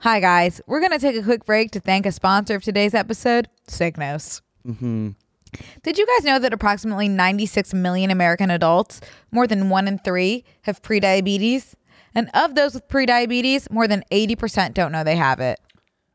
Hi, guys. We're going to take a quick break to thank a sponsor of today's episode, Cygnos. Did you guys know that approximately 96 million American adults, more than one in three, have prediabetes? And of those with prediabetes, more than 80% don't know they have it.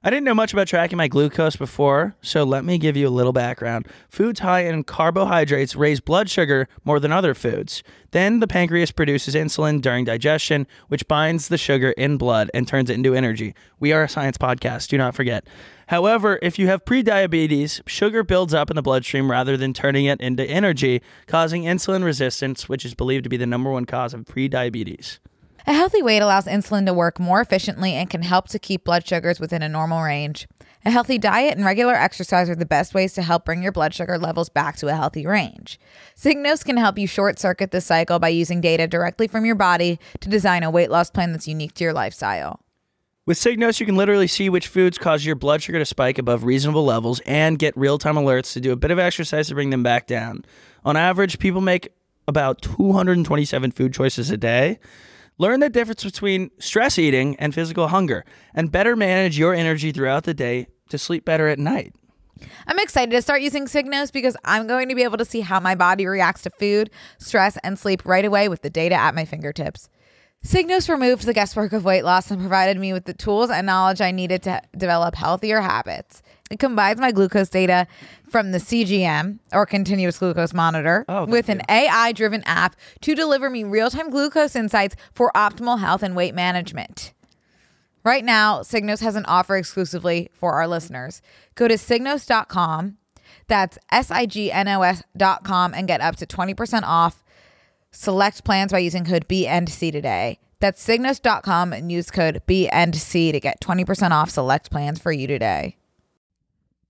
I didn't know much about tracking my glucose before, so let me give you a little background. Foods high in carbohydrates raise blood sugar more than other foods. Then the pancreas produces insulin during digestion, which binds the sugar in blood and turns it into energy. We are a science podcast, do not forget. However, if you have prediabetes, sugar builds up in the bloodstream rather than turning it into energy, causing insulin resistance, which is believed to be the number one cause of prediabetes. A healthy weight allows insulin to work more efficiently and can help to keep blood sugars within a normal range. A healthy diet and regular exercise are the best ways to help bring your blood sugar levels back to a healthy range. Cygnos can help you short circuit this cycle by using data directly from your body to design a weight loss plan that's unique to your lifestyle. With Cygnos, you can literally see which foods cause your blood sugar to spike above reasonable levels and get real time alerts to do a bit of exercise to bring them back down. On average, people make about 227 food choices a day. Learn the difference between stress eating and physical hunger, and better manage your energy throughout the day to sleep better at night. I'm excited to start using Cygnos because I'm going to be able to see how my body reacts to food, stress, and sleep right away with the data at my fingertips. Cygnos removed the guesswork of weight loss and provided me with the tools and knowledge I needed to develop healthier habits. It combines my glucose data from the CGM or continuous glucose monitor Oh, thank with an AI driven app to deliver me real time glucose insights for optimal health and weight management. Right now, Signos has an offer exclusively for our listeners. Go to signos.com, that's S I G N O S.com, and get up to 20% off select plans by using code B and C today. That's signos.com and use code B and C to get 20% off select plans for you today.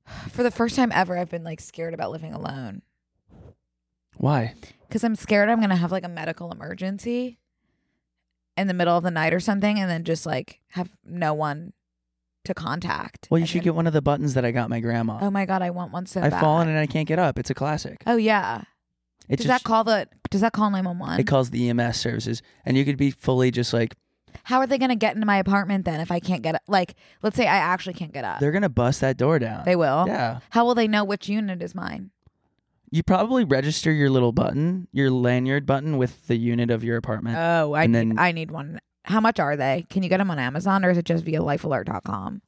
For the first time ever, I've been like scared about living alone Why? because I'm scared I'm going to have like a medical emergency in the middle of the night or something and then just like have no one to contact. Well, you And should then- get one of the buttons that I got my grandma. Oh my God, I want one so I've bad. fallen and I can't get up. It's a classic. Oh yeah. It's does just, that call the does that call it 911? calls the EMS services, and you could be fully just like How are they going to get into my apartment then if I can't get up? Like, let's say I actually can't get up. they're gonna bust that door down. They will. Yeah. How will they know which unit is mine? You probably register your little button, your lanyard button, with the unit of your apartment. Oh, I And need, then- I need one. How much are they? Can you get them on Amazon or is it just via lifealert.com?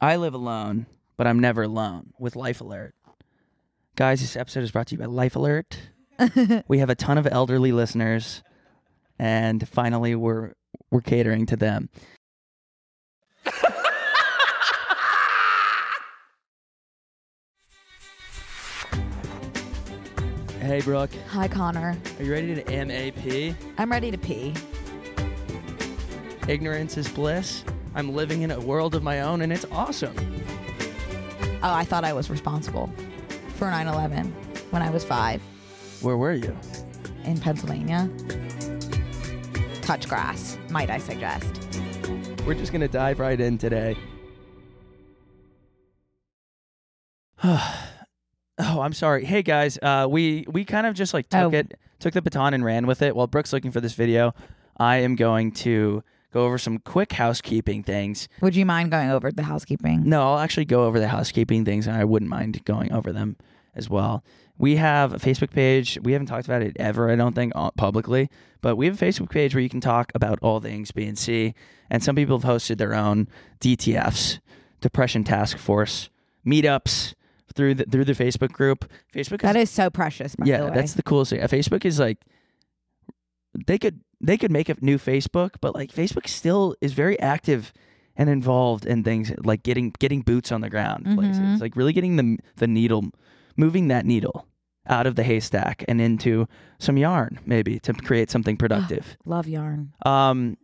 I live alone, but I'm never alone with Life Alert. Guys, this episode is brought to you by Life Alert. we have a ton of elderly listeners, and finally, we're we're catering to them. hey, Brooke, Hi, Connor. are you ready to MAP? I'm ready to pee. Ignorance is bliss. I'm living in a world of my own, and it's awesome. Oh, I thought I was responsible for 9 11 when I was five Where were you? in Pennsylvania. Touch grass, might I suggest. We're just going to dive right in today. oh, I'm sorry. Hey guys, uh, we we kind of just like took Oh. it, took the baton and ran with it. While Brooke's looking for this video, I am going to go over some quick housekeeping things. Would you mind going over the housekeeping? No, I'll actually go over the housekeeping things, and I wouldn't mind going over them as well. We have a Facebook page. We haven't talked about it ever, I don't think, uh, publicly, but we have a Facebook page where you can talk about all things BNC. And some people have hosted their own DTFs, Depression Task Force meetups through the through the Facebook group. Facebook That is so precious, by the yeah, way. that's the coolest thing. Uh, Facebook is like they could they could make a new Facebook, but like Facebook still is very active and involved in things like getting getting boots on the ground places, Mhm. like really getting the the needle, moving that needle out of the haystack and into some yarn maybe to create something productive. Love yarn. Um,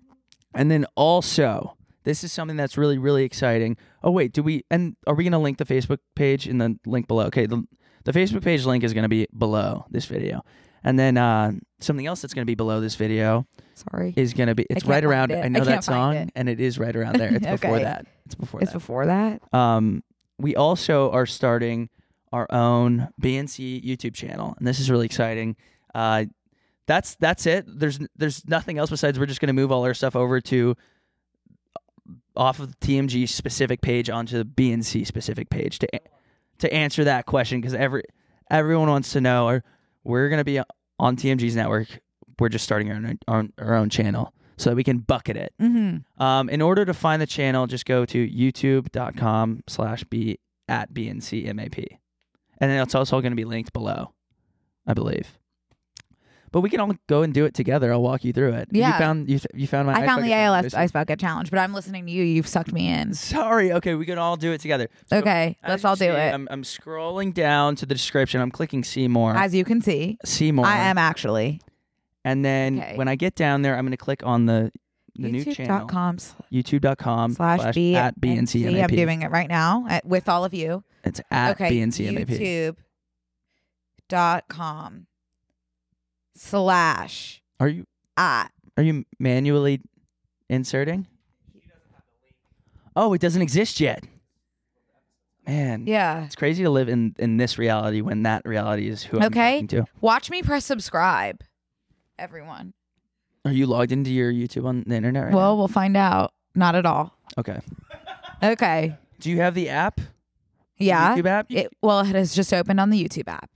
and then also, this is something that's really, really exciting. Oh wait, do we? And are we going to link the Facebook page in the link below? Okay, the, the Facebook page link is going to be below this video, and then uh, something else that's going to be below this video Sorry. is going to be. It's can't right find around. it. I I know that can't find song, it. and it is right around there. It's before Okay. that. It's before it's that. before that? Um, we also are starting our own BNC YouTube channel, and this is really exciting. Uh, that's that's it. There's there's nothing else besides we're just going to move all our stuff over to uh, off of the TMG specific page onto the BNC specific page to a- to answer that question because every everyone wants to know. Or we're gonna be on TMG's network. We're just starting our own, our, our own channel so that we can bucket it. Mm-hmm. Um, in order to find the channel, just go to youtube.com slash b at bncmap, and then it's also going to be linked below, I believe. But we can all go and do it together. I'll walk you through it. Yeah. you found you, th- you found my. I ice found the bucket challenge. ALS ice bucket challenge, but I'm listening to you. You've sucked me in. Sorry. Okay, we could all do it together. So, Okay, as let's you all do see, it. I'm, I'm scrolling down to the description. I'm clicking see more. As you can see, see more. I am actually And then Okay. when I get down there, I'm going to click on the the new channel. YouTube.com slash YouTube.com slash B at BNCMAP. I'm doing it right now at, with all of you. It's at okay, BNCMAP. YouTube.com slash Are you at. are you manually inserting? Oh, it doesn't exist yet. Man, Yeah. it's crazy to live in in this reality when that reality is who Okay. I'm talking to. Watch me press subscribe, everyone. Are you logged into your YouTube on the internet right Well, we'll find out. Not at all. now? Okay. Okay. Do you have the app? Yeah. YouTube app? It, well, it has just opened on the YouTube app.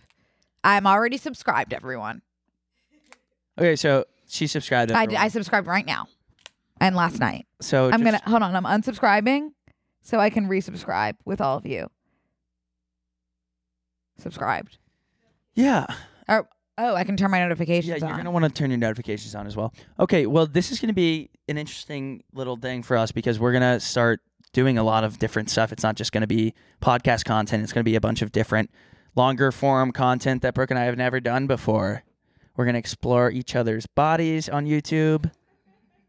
I'm already subscribed, everyone. Okay, so she subscribed. I, everyone. I subscribed right now and last night. so I'm just- going to hold on. I'm unsubscribing so I can resubscribe with all of you. Subscribed. Yeah. Oh, oh I can turn my Yeah, notifications you're on. gonna want to turn your notifications on as well. Okay, well, this is gonna be an interesting little thing for us because we're gonna start doing a lot of different stuff. It's not just gonna be podcast content. It's gonna be a bunch of different longer form content that Brooke and I have never done before. We're gonna explore each other's bodies on YouTube,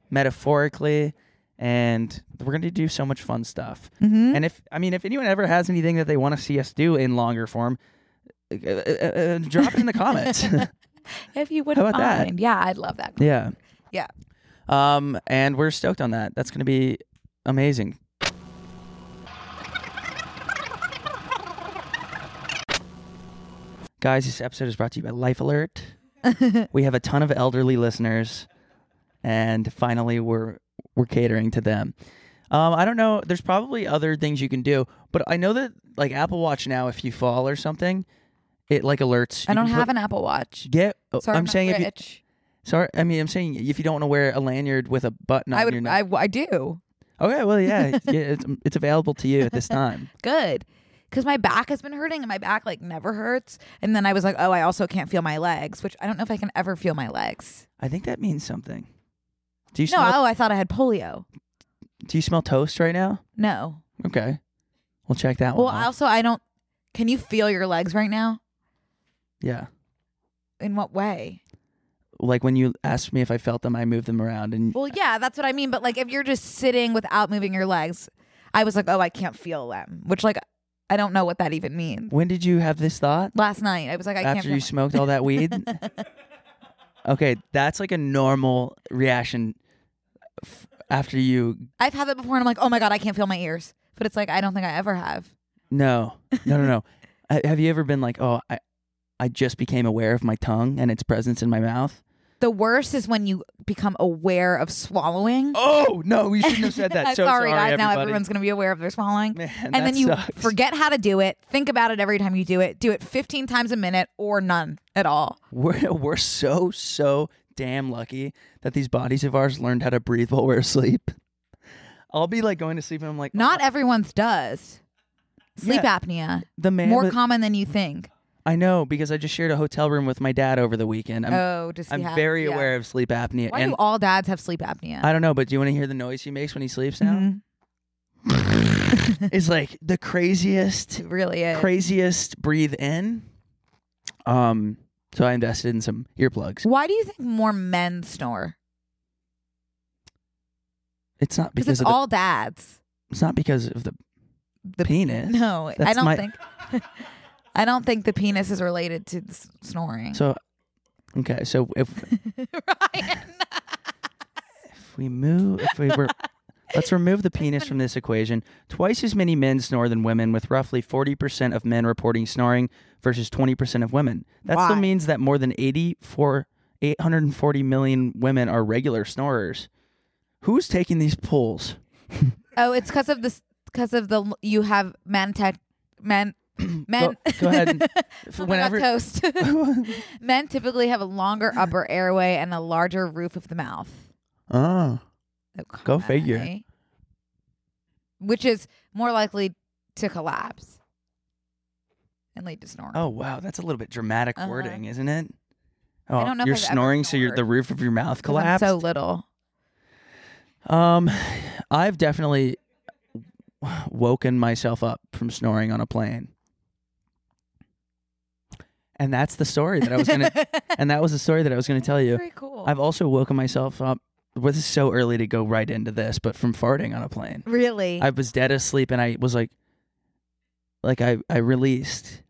metaphorically, and we're gonna do so much fun stuff. Mhm. And if I mean, if anyone ever has anything that they want to see us do in longer form, uh, uh, uh, drop it in the comments. If you would How about that? mind. Yeah, I'd love that. yeah. Yeah. Um, and we're stoked on that. That's going to be amazing. Guys, this episode is brought to you by Life Alert. we have a ton of elderly listeners, and finally, we're we're catering to them. Um, I don't know. There's probably other things you can do, but I know that like Apple Watch now, if you fall or something, it like alerts. I You don't can have put- an Apple Watch. Get. oh, Sorry, I'm not saying if you, rich. Sorry, I mean, I'm saying if you don't want to wear a lanyard with a button on I your would. I, neck. I do. okay, well, yeah, yeah it's, it's available to you at this time. Good. Because my back has been hurting and my back like never hurts. And then I was like, oh, I also can't feel my legs, which I don't know if I can ever feel my legs. I think that means something. Do you No, smell? oh, I thought I had polio. do you smell toast right now? No. Okay, we'll check that Well, one. off. also, I don't. Can you feel your legs right now? yeah, In what way? like when you asked me if I felt them, I moved them around, and Well, yeah, that's what I mean. But like, if you're just sitting without moving your legs, I was like, oh, I can't feel them, which like, I don't know what that even means. when did you have this thought? Last night, I was like, I can't After feel you my- smoked all that weed? okay, that's like a normal reaction f- after you I've had that before, and I'm like, oh my god, I can't feel my ears. But it's like I don't think I ever have. No, no, no, no. Ha- Have you ever been like, oh, I, I just became aware of my tongue and its presence in my mouth? The worst is when you become aware of swallowing. Oh no, we shouldn't have said that. So sorry, guys. everybody. Now everyone's gonna be aware of their swallowing. Man, that and then you sucks. forget how to do it. Think about it every time you do it. Do it 15 times a minute or none at all. We're we're so so damn lucky that these bodies of ours learned how to breathe while we're asleep. I'll be like going to sleep and I'm like, "Oh, Not everyone's does. Sleep Uh-huh. Yeah. apnea. the man. More with- common than you think. I know because I just shared a hotel room with my dad over the weekend. I'm, oh, does he I'm have- very yeah. aware of sleep apnea, Why and do all dads have sleep apnea? I don't know. But do you want to hear the noise he makes when he sleeps now? Mhm. Mm-hmm. It's like the craziest Mm-hmm. It really is. craziest breathe in. Um, so I invested in some earplugs. Why do you think more men snore? It's not Because it's because of the, all dads. it's not because of the The penis. No, I That's don't my- think. I don't think the penis is related to the s- snoring. So okay, so if Ryan, if we move if we were let's remove the penis from this equation. Twice as many men snore than women, with roughly forty percent of men reporting snoring versus twenty percent of women. That still Why? means that more than eighty four eight hundred and forty million women are regular snorers. Who's taking these polls? Oh, it's because of this. Because of the you have mantet men men. Go, go ahead. F- Oh my God, Whenever toast. men typically have a longer upper airway and a larger roof of the mouth. Oh. Oh, Go come on, figure. eh? Which is more likely to collapse and lead to snoring. Oh wow, that's a little bit dramatic Uh-huh. wording, isn't it? Oh, I don't know if you're I've ever snoring, so your snored. the roof of your mouth 'Cause I'm collapsed. So little. um, I've definitely woken myself up from snoring on a plane, and that's the story that I was gonna. and that was the story that I was gonna tell you. Very cool. I've also woken myself up. Well, this is so early to go right into this, but from farting on a plane. really. I I've, was dead asleep, and I was like, like I I released.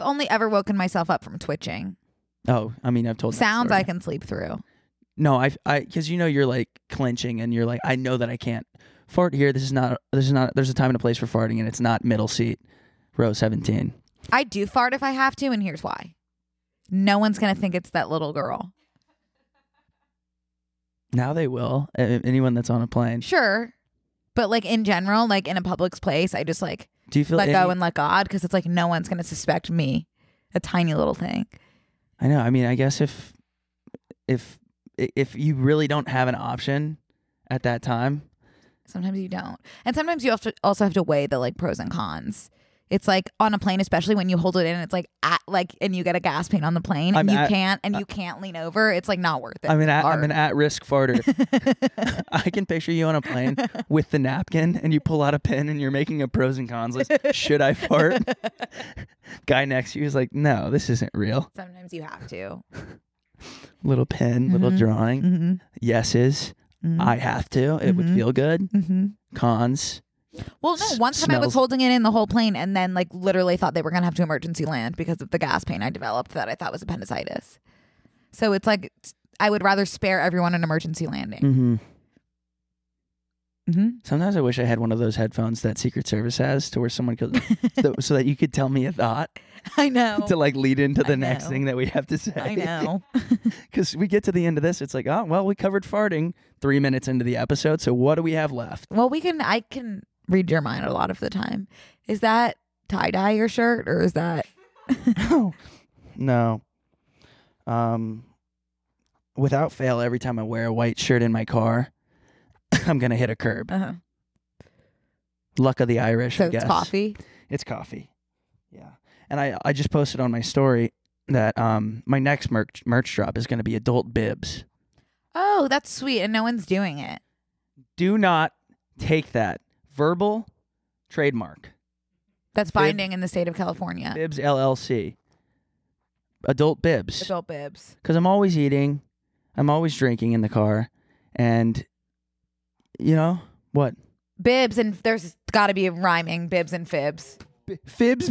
only ever woken myself up from twitching. Oh, I mean, I've told that Sounds story. I can sleep through. No, I, I, because you know you're like clenching and you're like, I know that I can't fart here. This is not. This is not. There's a time and a place for farting, and it's not middle seat, row seventeen. I do fart if I have to, and here's why. No one's gonna think it's that little girl. Now they will. a- Anyone that's on a plane. Sure. But like in general, like in a public place, I just like Do you feel let any- go and let God because it's like no one's gonna suspect me. A tiny little thing. I know. I mean, I guess if, if, if you really don't have an option at that time, Sometimes you don't. And sometimes you have to also have to weigh the like pros and cons. It's like on a plane, especially when you hold it in, it's like at like and you get a gas pain on the plane and I'm you at- can't and you can't lean over. It's like not worth it. I'm an at, I'm Fart. an at risk farter. I can picture you on a plane with the napkin, and you pull out a pen, and you're making a pros and cons list. Should I fart? Guy next to you is like, no, this isn't real. sometimes you have to. Little pen, little drawing. Mm-hmm. Yeses, I have to. It would feel good. Mm-hmm. Cons. Well, no. S- One time I was smells- holding it in the whole plane, and then like literally thought they were gonna have to emergency land because of the gas pain I developed that I thought was appendicitis. So it's like it's- I would rather spare everyone an emergency landing. Mm-hmm. Mm. Mm-hmm. Sometimes I wish I had one of those headphones that Secret Service has, to where someone could, so, so that you could tell me a thought I know. to like lead into the Oh, I next know. thing that we have to say. I know. Because we get to the end of this, it's like, oh, well, we covered farting three minutes into the episode. So what do we have left? Well, we can. I can read your mind a lot of the time. Is that tie dye your shirt, or is that no. Um, without fail, every time I wear a white shirt in my car, I'm going to hit a curb. uh Luck of the Irish, so? I guess. It's coffee. It's coffee. Yeah. And I, I just posted on my story that um, my next merch, merch drop is going to be adult bibs. Oh, that's sweet, and no one's doing it. Do not take that. Verbal trademark. That's binding in the state of California. Bibs LLC. Adult bibs. Adult bibs. because I'm always eating, I'm always drinking in the car, and you know what? Bibs and there's got to be rhyming bibs and fibs. B- fibs,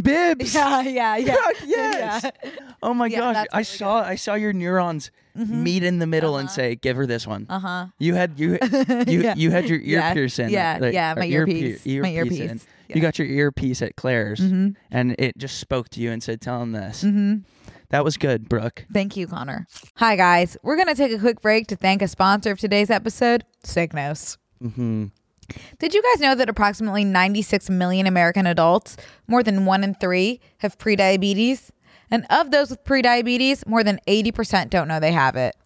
bibs. Yeah, yeah, yeah. yes. Yeah. Oh my Yeah, gosh! that's I really saw I saw your neurons meet in the middle and say, "Give her this one." Mm-hmm. Uh-huh. You had you you Yeah. you had your ear Yeah. piercing. Yeah, like- yeah, or my ear pier- earpiece. My in. earpiece. Mm-hmm. You Yeah. got your earpiece at Claire's, and it just spoke to you and said, "Tell him this." Mm-hmm. That was good, Brooke. Thank you, Connor. Hi guys. We're going to take a quick break to thank a sponsor of today's episode, Signos. Mm-hmm. Did you guys know that approximately 96 million American adults, more than 1 in 3, have prediabetes? And of those with prediabetes, more than 80% don't know they have it.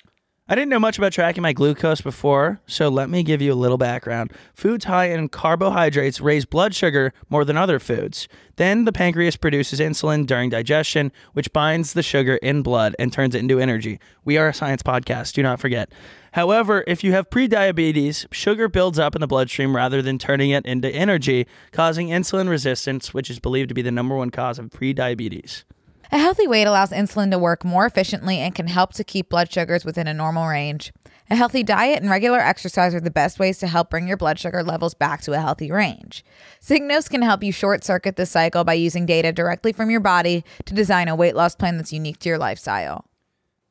I didn't know much about tracking my glucose before, so let me give you a little background. Foods high in carbohydrates raise blood sugar more than other foods. Then the pancreas produces insulin during digestion, which binds the sugar in blood and turns it into energy. We are a science podcast, do not forget. However, if you have prediabetes, sugar builds up in the bloodstream rather than turning it into energy, causing insulin resistance, which is believed to be the number one cause of prediabetes. A healthy weight allows insulin to work more efficiently and can help to keep blood sugars within a normal range. A healthy diet and regular exercise are the best ways to help bring your blood sugar levels back to a healthy range. Signos can help you short circuit this cycle by using data directly from your body to design a weight loss plan that's unique to your lifestyle.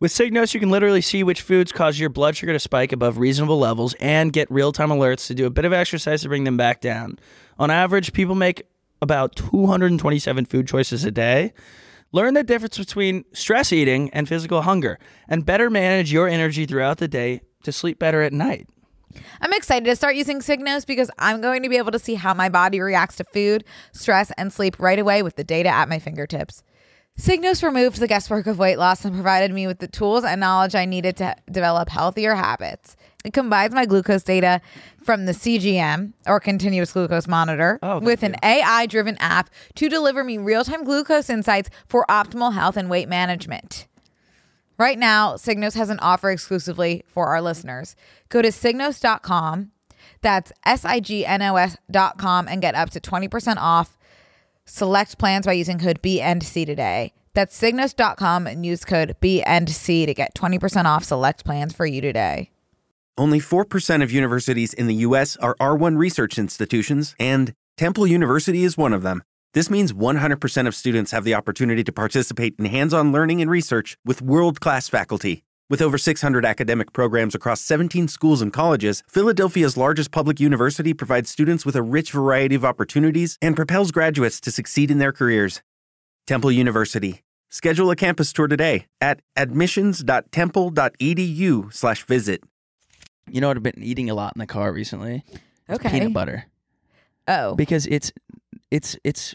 With Signos, you can literally see which foods cause your blood sugar to spike above reasonable levels and get real time alerts to do a bit of exercise to bring them back down. On average, people make about 227 food choices a day. Learn the difference between stress eating and physical hunger, and better manage your energy throughout the day to sleep better at night. I'm excited to start using Signos because I'm going to be able to see how my body reacts to food, stress, and sleep right away with the data at my fingertips. Signos removed the guesswork of weight loss and provided me with the tools and knowledge I needed to develop healthier habits. It combines my glucose data from the CGM or continuous glucose monitor Oh, thank with an you. AI driven app to deliver me real time glucose insights for optimal health and weight management. Right now, Signos has an offer exclusively for our listeners. Go to signos.com, that's S I G N O S.com, and get up to 20% off select plans by using code B and C today. That's signos.com and use code B and C to get 20% off select plans for you today. Only 4% of universities in the U.S. are R1 research institutions, and Temple University is one of them. This means 100% of students have the opportunity to participate in hands on learning and research with world class faculty. With over 600 academic programs across 17 schools and colleges, Philadelphia's largest public university provides students with a rich variety of opportunities and propels graduates to succeed in their careers. Temple University. Schedule a campus tour today at admissions.temple.edu/visit. You know what I've been eating a lot in the car recently? It's Okay. Peanut butter. Oh. Because it's it's it's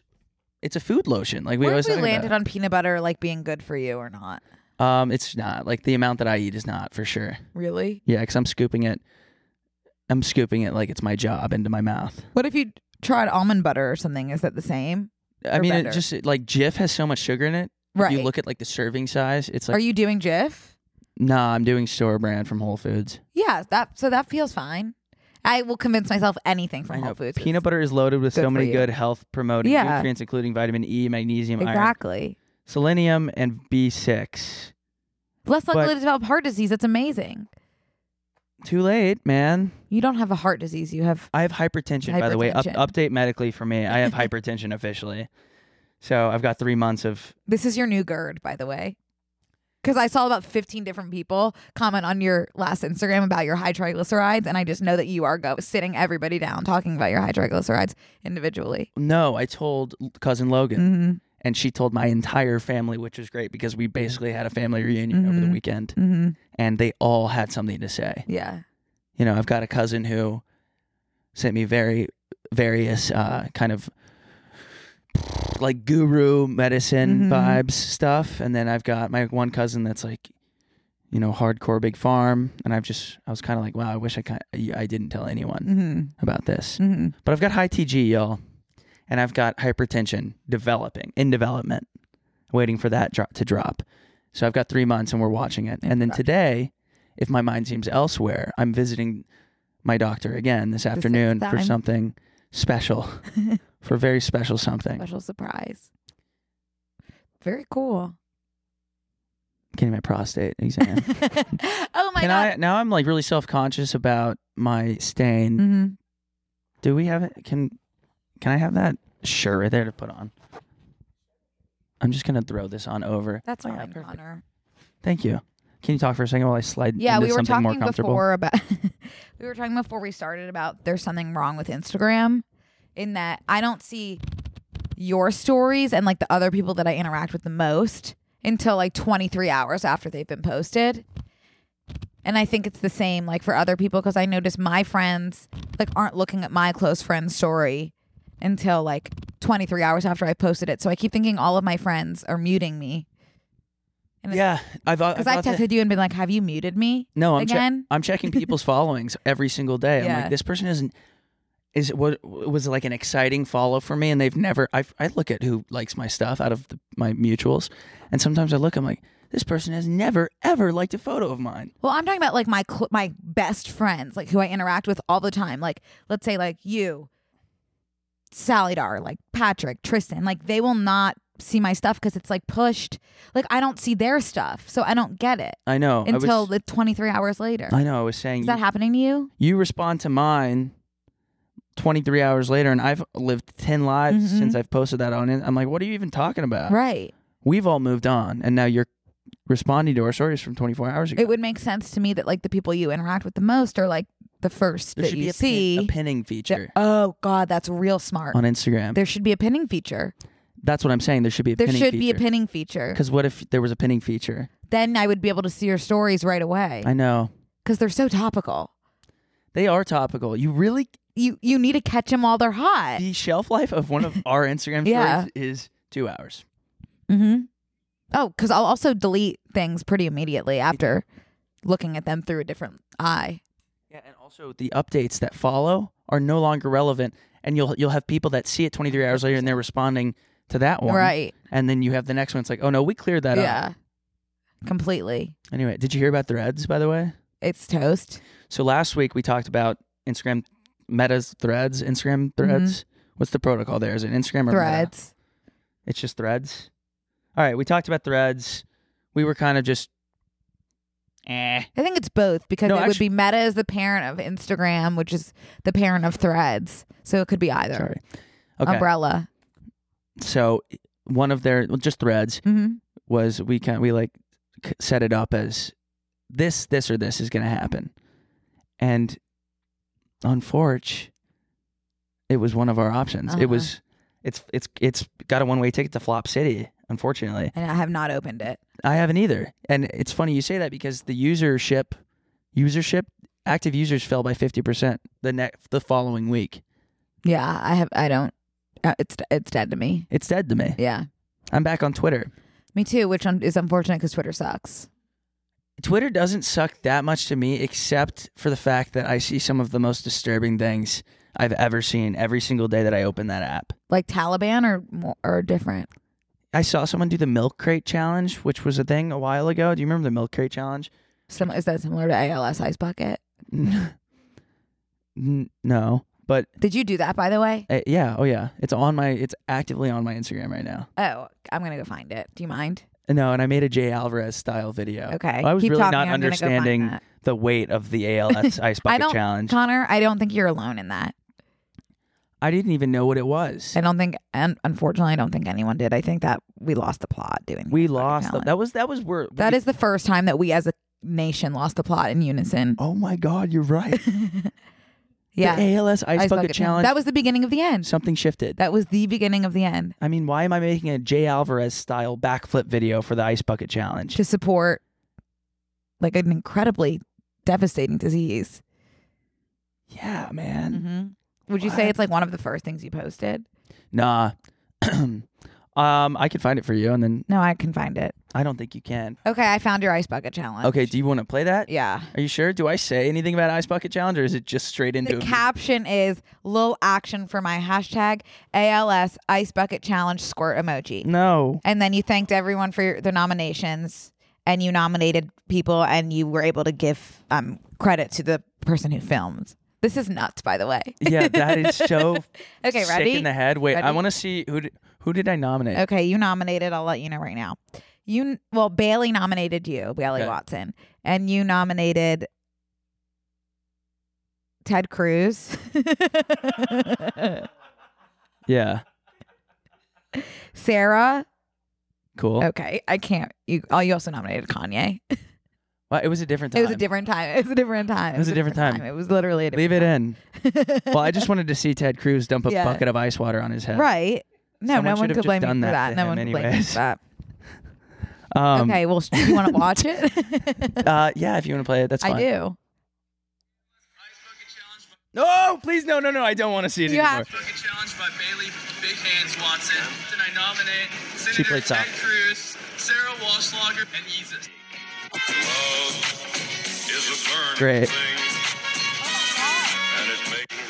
it's a food lotion. Like we Where always we talk about landed it. on peanut butter like being good for you or not? Um, it's not like the amount that I eat is not for sure. Really? Yeah, because I'm scooping it. I'm scooping it like it's my job into my mouth. What if you tried almond butter or something? Is that the same? I Or mean, better. it just like Jif has so much sugar in it. Right. If you look at like the serving size, it's Are like you doing Jif? nah. I'm doing store brand from Whole Foods. Yeah, that so that feels fine. I will convince myself anything from I Whole know. Foods. Peanut butter is loaded with good so for many you. good health promoting Yeah. nutrients, including vitamin E, magnesium, iron, Exactly. selenium, and B6. Less likely But- to develop heart disease. That's amazing. Too late, man. You don't have a heart disease. You have I have hypertension, by the way. Up- Hypertension. update medically for me. I have hypertension officially. So I've got three months of This is your new GERD, by the way. Because I saw about 15 different people comment on your last Instagram about your high triglycerides, and I just know that you are go- sitting everybody down talking about your high triglycerides individually. no. I told cousin Logan, Mm and she told my entire family, which was great because we basically had a family reunion over the Mhm. weekend, hmm. Mm and they all had something to say. hmm. Yeah. you know, I've got a cousin who sent me very various uh, kind of like guru medicine Mhm. vibes stuff, and then I've got my one cousin that's like, you know, hardcore big farm, and I've just I was kind of like, wow, I wish I kind I didn't tell anyone Mm about this, hmm. Mm hmm. but I've got high TG, y'all, and I've got hypertension developing in development, waiting for that drop to drop. So I've got three months, and we're watching it. And then Okay. today, if my mind seems elsewhere, I'm visiting my doctor again this afternoon for time. something special, for a very special something. Special surprise. Very cool. Getting my prostate oh exam. my Can God. I now? I'm like really self conscious about my stain. hmm Do we have it? Can Can I have that shirt right there to put on? I'm just gonna throw this on over. That's Oh, yeah, fine, perfect. Connor. Thank you. Can you talk for a second while I slide Yeah, into we were something more talking comfortable? before about we were talking before we started about there's something wrong with Instagram in that I don't see your stories and like the other people that I interact with the most until like 23 hours after they've been posted. And I think it's the same like for other people cuz I notice my friends like aren't looking at my close friend's story until like 23 hours after I posted it. So I keep thinking all of my friends are muting me. And it's- Yeah, I've I've Cuz I've got that- texted you and been like, "Have you muted me?" no, I'm che- again. I'm checking people's followings every single day. I'm Yeah. like, this person isn't. Is what was like an exciting follow for me, and they've never. I I look at who likes my stuff out of the, my mutuals, and sometimes I look. I'm like, this person has never ever liked a photo of mine. Well, I'm talking about like my cl- my best friends, like who I interact with all the time. Like, let's say like you, Sally Dar, like Patrick, Tristan, like they will not see my stuff because it's like pushed. Like I don't see their stuff, so I don't get it I know. Oh, I was- until the 23 hours later. I know. I was saying Is you- that happening to you? you respond to mine 23 hours later and i've lived 10 lives Mhm. since i've posted that on it i'm like what are you even talking about right. we've all moved on and now you're responding to our stories from 24 hours ago It would make sense to me that like the people you interact with the most are like the first there that should you be a, pin- see. a pinning that- feature oh God, that's real smart. on instagram There should be a pinning feature. that's what i'm saying there should be a There pinning should be feature a pinning feature. because what if there was a pinning feature Then I would be able to see your stories right away. i know because they're so topical. They are topical. You really You you need to catch them while they're hot. the shelf life of one of our Instagram stories Eh. Yeah. is two hours. Mm-hmm. Oh, because I'll also delete things pretty immediately after looking at them through a different eye. Yeah, and also the updates that follow are no longer relevant, and you'll you'll have people that see it 23 hours later and they're responding to that one, Right. And then you have the next one. It's like, oh no, we cleared that Oh, up. Yeah. Completely. Anyway, did you hear about Threads by the way? It's toast. So last week we talked about Instagram Meta's Threads, Instagram Threads. What's the protocol there? Is it Instagram or Meta? Mm-hmm. Threads. It's just Threads. All right, we talked about Threads. We were kind of just, eh. I think it's both because No, it would be actu- Meta is the parent of Instagram, which is the parent of Threads. So it could be either. Sorry. Okay. Umbrella. So one of their well, just Threads Mm-hmm. was we kind we like c- set it up as this this or this is going to happen, and unfortunately, it was one of our options. It Uh-huh. was it's it's it's got a one way ticket to Flop City. Unfortunately, And I have not opened it. I haven't either. And it's funny you say that because the usership, usership, active users fell by fifty percent the next the following week. Yeah, I have. I don't. Uh, it's it's dead to me. It's dead to me. Yeah, I'm back on Twitter. me too. Which un- is unfortunate because Twitter sucks. Twitter doesn't suck that much to me, except for the fact that I see some of the most disturbing things I've ever seen every single day that I open that app. Like Taliban or more, or different. I saw someone do the milk crate challenge, which was a thing a while ago. Do you remember the milk crate challenge? Some is that similar to ALS Ice Bucket? N- no, but Did you do that by the way? uh, yeah, oh yeah, it's on my, it's actively on my Instagram right now. Oh, I'm gonna go find it. Do you mind? No, and I made a Jay Alvarez style video. Okay, Oh, I was keep really talking, not I'm gonna go find understanding that. the weight of the ALS ice I bucket don't, challenge. Connor. I don't think you're alone in that. I didn't even know what it was. I don't think, and unfortunately, I don't think anyone did. I think that we lost the plot doing. the we bucket lost. The, challenge. that was that was where that is the first time that we as a nation lost the plot in unison. Oh my God, you're right. yeah, The ALS ice, bucket, Challenge. challenge. That was the beginning of the end. something shifted. That was the beginning of the end. I mean, why am I making a Jay Alvarez style backflip video for the ice bucket challenge? to support like an incredibly devastating disease. yeah, man. Would you say it's like one of the first things you posted? Nah. um, I could find it for you, and then No, I can find it. I don't think you can. Okay, I found your ice bucket challenge. Okay, do you want to play that? yeah. Are you sure? Do I say anything about ice bucket challenge, or is it just straight into The caption is "Low action for my hashtag ALS ice bucket challenge squirt emoji," Mm. No. and then you thanked everyone for your, their nominations, and you nominated people, and you were able to give um, credit to the person who filmed. This is nuts, by the way. Yeah, that is so Okay, sick ready? in the head. Wait, I Ready? want to see who did, who did I nominate? Okay, you nominated. I'll let you know right now. You well, Bailey nominated you, Bailey Okay. Watson, and you nominated Ted Cruz. Yeah, Sarah. cool. Okay, I can't. You. Oh, you also nominated Kanye. Wow, it was a different time. It was a different time. It was a different time. It was a different time. It was literally a Leave different it in. well, I just wanted to see Ted Cruz dump a Yeah. bucket of ice water on his head. right. No, Someone no should one could have just blame you done for that that. to No him one could blame you anyways. for that. Um, okay, well, sh- do you want to watch it? Uh, yeah, if you want to play it, that's fine. I do. No, please, no, no, no. I don't want to see it You anymore. have- Fucking challenge by Bailey Big Hands Watson. Then I nominate Senator played Ted soft. Cruz, Sarah Walshlager, and Yeezus. Great. I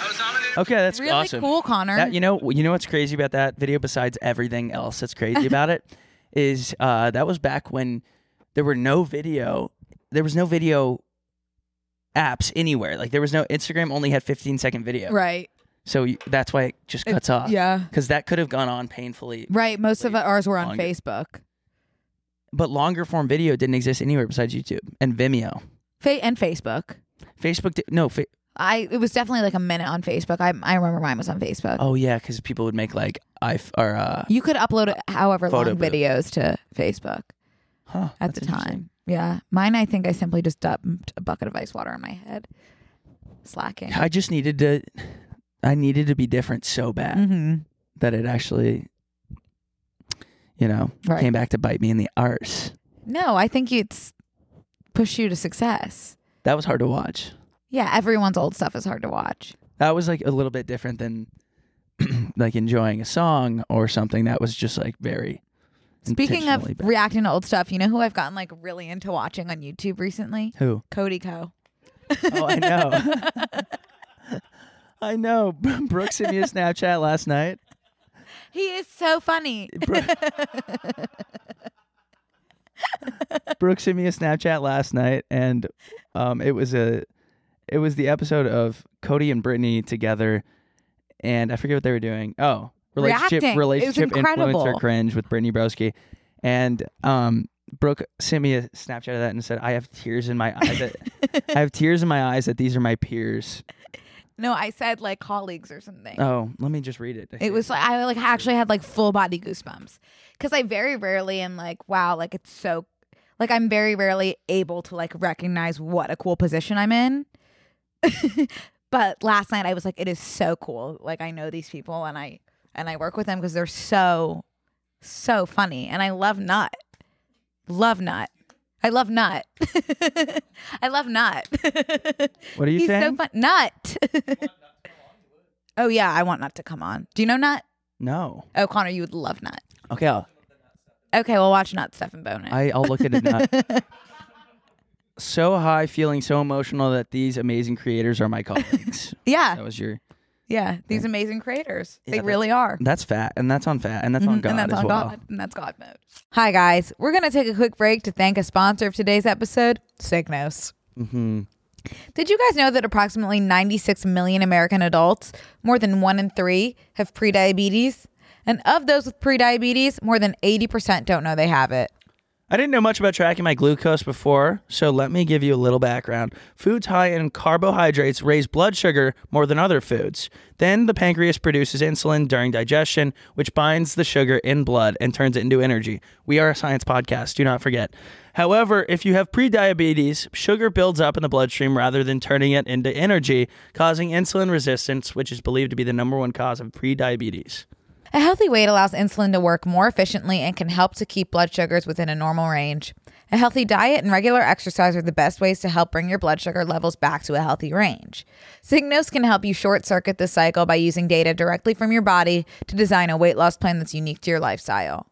was nominated Okay, that's Really awesome. cool, Connor. That- you know, you know what's crazy about that video? Besides everything else that's crazy about it, is uh, that was back when there were no video. There was no video apps anywhere. Like there was no Instagram. Only had 15 second video. right. So you, that's why it just It- cuts off. yeah. Because that could have gone on painfully. Right. Most of ours were on longer. Facebook But longer form video didn't exist anywhere besides YouTube and Vimeo. Fa- and Facebook. Facebook. Did, no. Fa- I it was definitely like a minute on Facebook. I I remember mine was on Facebook. oh yeah, because people would make like I or uh, You could upload however long Photo booth. videos to Facebook huh, at that's the interesting. time. Yeah, mine. I think I simply just dumped a bucket of ice water on my head, slacking. I just needed to I needed to be different so bad Mm-hmm. that it actually you know Right. came back to bite me in the arse. No, I think it's push you to success. That was hard to watch. Yeah, everyone's old stuff is hard to watch. That was like a little bit different than like enjoying a song or something. That was just like very. Speaking of intentionally bad. reacting to old stuff, you know who I've gotten like really into watching on YouTube recently? who? Cody Co. Oh, I know. I know. Brooke sent me a Snapchat last night. He is so funny. Brooke, Brooke sent me a Snapchat last night, and um, it was a, it was the episode of Cody and Brittany together, and I forget what they were doing. Oh, relationship Reacting. It was relationship incredible. influencer cringe with Brittany Broski, and um, Brooke sent me a Snapchat of that and said, "I have tears in my eyes. That, I have tears in my eyes that these are my peers." No, I said like colleagues or something. Oh, let me just read it. It was like I like actually had like full body goosebumps because I very rarely am like wow like it's so like I'm very rarely able to like recognize what a cool position I'm in. but last night I was like it is so cool like I know these people and I and I work with them because they're so so funny and I love Nut love Nut I love Nut I love Nut What are you he's so saying? fun Nut oh yeah I want Nut to come on do you know Nut no. Oh, Connor, you would love Nut. Okay, I'll, Okay, well, watch Nut, Stuff, and Bone. It. I, I'll look at it now. so high, feeling so emotional that these amazing creators are my colleagues. yeah, that was your. yeah. These amazing creators. Yeah, they that's- really are. That's fat, and that's on fat, and that's on God Mm-hmm, and that's as on well. God. And that's God mode. Hi, guys. We're going to take a quick break to thank a sponsor of today's episode, Signos. Mhm. Did you guys know that approximately 96 million American adults, more than one in three, have prediabetes? And of those with prediabetes, more than 80% don't know they have it. I didn't know much about tracking my glucose before, so let me give you a little background. Foods high in carbohydrates raise blood sugar more than other foods. Then the pancreas produces insulin during digestion, which binds the sugar in blood and turns it into energy. We are a science podcast, do not forget. However, if you have prediabetes, sugar builds up in the bloodstream rather than turning it into energy, causing insulin resistance, which is believed to be the number one cause of prediabetes. A healthy weight allows insulin to work more efficiently and can help to keep blood sugars within a normal range. A healthy diet and regular exercise are the best ways to help bring your blood sugar levels back to a healthy range. Signos can help you short circuit this cycle by using data directly from your body to design a weight loss plan that's unique to your lifestyle.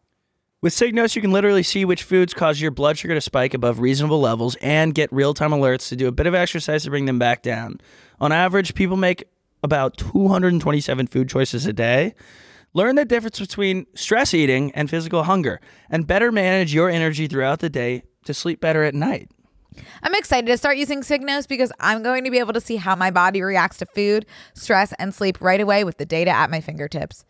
With Signos, you can literally see which foods cause your blood sugar to spike above reasonable levels and get real time alerts to do a bit of exercise to bring them back down. On average, people make about 227 food choices a day. Learn the difference between stress eating and physical hunger, and better manage your energy throughout the day to sleep better at night. I'm excited to start using Signos because I'm going to be able to see how my body reacts to food, stress, and sleep right away with the data at my fingertips.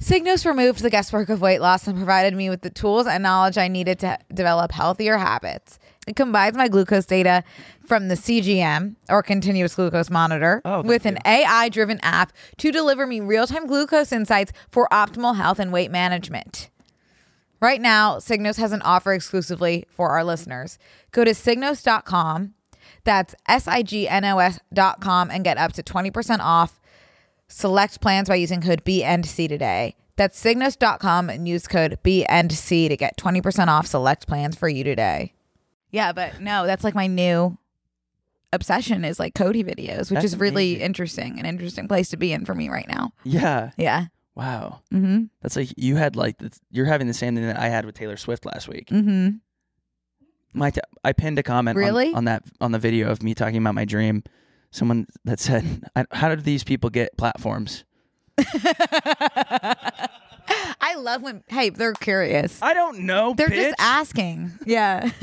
Signos removed the guesswork of weight loss and provided me with the tools and knowledge I needed to develop healthier habits. It combines my glucose data from the CGM or continuous glucose monitor Oh, thank with an AI driven app to deliver me real time glucose insights for optimal health and weight management. Right now, Signos has an offer exclusively for our listeners. Go to signos.com, that's S I G N O S.com, and get up to 20% off select plans by using code B and C today. That's signos.com and use code B and C to get 20% off select plans for you today. Yeah, but no, that's like my new obsession is like Cody videos, which That's is really amazing. interesting, an interesting place to be in for me right now. Yeah. Yeah. Wow. Mm-hmm. That's like you had like the, you're having the same thing that I had with Taylor Swift last week. Mm-hmm. My t- I pinned a comment on- Really? on, that on the video of me talking about my dream. Someone that said, I, "How did these people get platforms?" I love when hey, they're curious. I don't know. They're bitch. just asking. Yeah.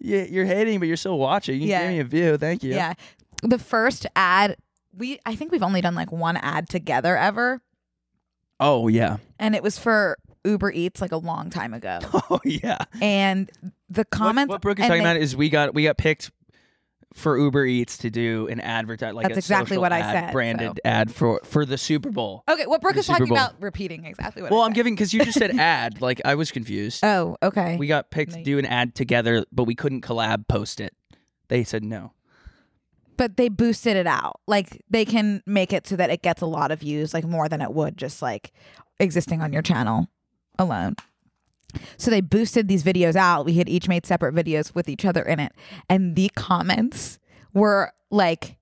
Yeah, you're hating, but you're still watching. You Yeah. gave me a view. Thank you. yeah. The first ad we I think we've only done like one ad together ever. Oh yeah. And it was for Uber Eats like a long time ago. Oh yeah. and the comments what, what Brooke is and talking they- about is we got we got picked for Uber Eats to do an advertise like That's a exactly social what I ad, said, branded so. ad for for the Super Bowl. Okay, what Brooke the is talking Super Bowl. about repeating exactly what I well, I'm said. giving because you just said ad. Like I was confused. Oh, okay. we got picked to do an ad together, but we couldn't collab post it. They said no. but they boosted it out. Like they can make it so that it gets a lot of views, like more than it would just like existing on your channel alone. So they boosted these videos out. We had each made separate videos with each other in it, and the comments were like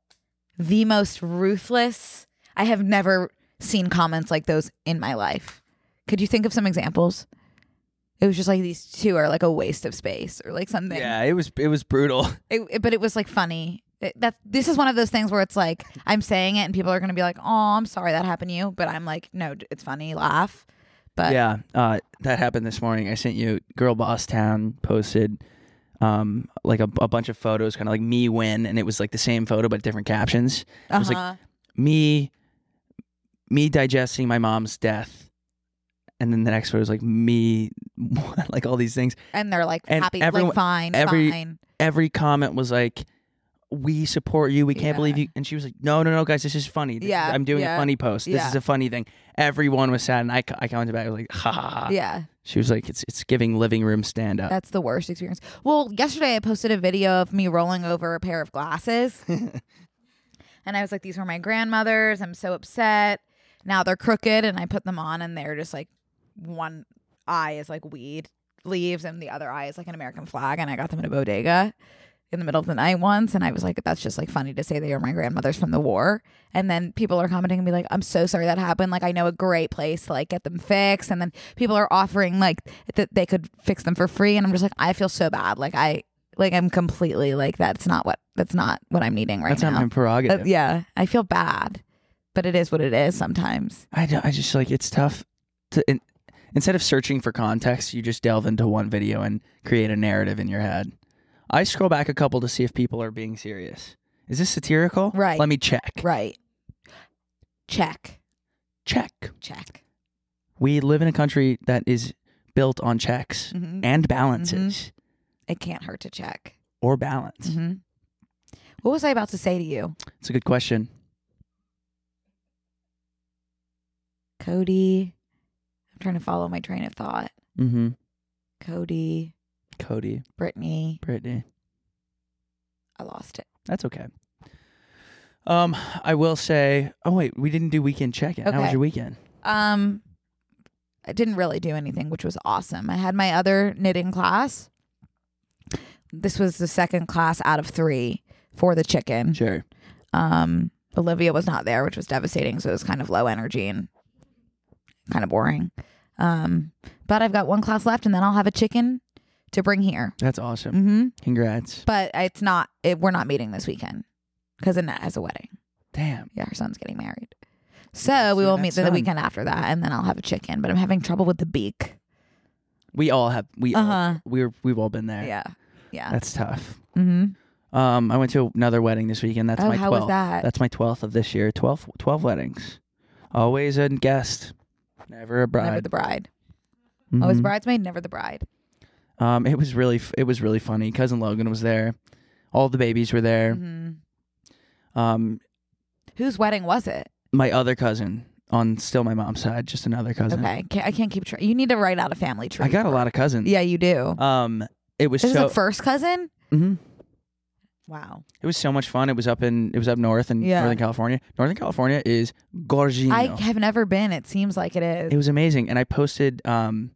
the most ruthless. I have never seen comments like those in my life. Could you think of some examples? It was just like these two are like a waste of space or like something. Yeah, it was it was brutal. It, it- but it was like funny. It- that this is one of those things where it's like I'm saying it and people are gonna be like, "Oh, I'm sorry that happened to you," but I'm like, "No, d- it's funny. Laugh." But yeah, uh, that happened this morning. I sent you Girl Boss Town posted um, like a, a bunch of photos, kind of like me win, and it was like the same photo but different captions. It was like Uh-huh. me, me digesting my mom's death, and then the next photo was like me, like all these things. and they're like and happy, everyone- like fine, every- fine. Every comment was like, "We support you. We can't Yeah. believe you." And she was like, "No, no, no, guys, this is funny. This- Yeah, I'm doing yeah, a funny post. This yeah. is a funny thing." Everyone was sad, and I, I commented back. I was like, "Ha ha ha." Yeah, She was like, "It's it's giving living room stand up." that's the worst experience. Well, yesterday I posted a video of me rolling over a pair of glasses, and I was like, "These were my grandmother's. I'm so upset. Now they're crooked." And I put them on, and they're just like one eye is like weed leaves, and the other eye is like an American flag. And I got them in a bodega in the middle of the night once, and I was like, "That's just like funny to say they are my grandmother's from the war." And then people are commenting and be like, "I'm so sorry that happened. Like, I know a great place to like get them fixed." And then people are offering like that they could fix them for free, and I'm just like, I feel so bad. Like I like I'm completely like that's not what that's not what I'm needing right That's now. not my prerogative. Uh, yeah, I feel bad, but it is what it is sometimes. I, don't- I just like it's tough to in, instead of searching for context, you just delve into one video and create a narrative in your head. I scroll back a couple to see if people are being serious. Is this satirical? Right. Let me check. Right. Check. Check. Check. We live in a country that is built on checks Mhm. and balances It can't hurt to check. or balance. Mhm. What was I about to say to you? It's a good question. Cody. I'm trying to follow my train of thought. Mm-hmm. Cody, Cody, Brittany, Brittany. I lost it. That's okay. Um, I will say. Oh wait, we didn't do weekend check-in. How was Okay. your weekend? Um I didn't really do anything, which was awesome. I had my other knitting class. This was the second class out of 3 for the chicken. Sure. Um, Olivia was not there, which was devastating. So it was kind of low energy and kind of boring. Um, but I've got one class left, and then I'll have a chicken to bring here. That's awesome. hmm Congrats. But it's not. It, we're not meeting this weekend because Annette has a wedding. Damn. Yeah, her son's getting married. So we your will Annette's meet the, son. weekend after that, and then I'll have a chicken. But I'm having trouble with the beak. We all have we all, Uh-huh. we're we've all been there. Yeah, yeah. That's tough. hmm Um I went to another wedding this weekend. That's Oh, my 12th. how was that? That's my 12th of this year. 12 12 weddings. Always a guest. Never a bride. Never the bride. Mhm. Always bridesmaid, never the bride. Um it was really f- it was really funny. Cousin Logan was there. All the babies were there. hmm Mm-hmm. Um Whose wedding was it? my other cousin on still my mom's side, just another cousin. Okay, can't, I can't keep track. You need to write out a family tree. I got a lot of cousins. Yeah, you do. Um it was This so is a mm-hmm. first cousin. Mhm. Wow. It was so much fun. It was up in it was up north in Yeah. Northern California. Northern California is gorgino. I have never been. It seems like it is. it was amazing, and I posted um,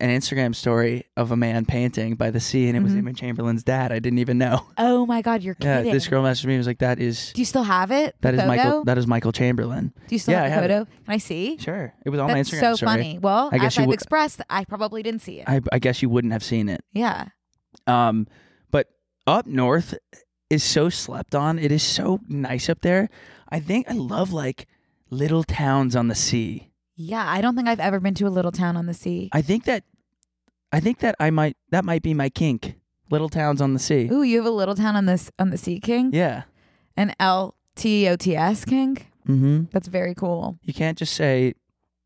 an Instagram story of a man painting by the sea, and it was Mhm. Emma Chamberlain's dad. I didn't even know. oh my god, you're Yeah, kidding. this girl messaged me. and was like, "That is Do you still have it? that the is photo? Michael. That is Michael Chamberlain." Do you still Yeah, I have have the photo? Can I see? Sure, it was on That's my Instagram so story. funny. Well, I guess as you I've would- expressed, I probably didn't see it. I, I guess you wouldn't have seen it. yeah. Um, but up north is so slept on. It is so nice up there. I think I love like little towns on the sea. Yeah. I don't think I've ever been to a little town on the sea. I think that I think that I might that might be my kink. Little towns on the sea. Ooh, you have a little town on this on the sea king? Yeah. An L T O T S king? Mm-hmm. That's very cool. You can't just say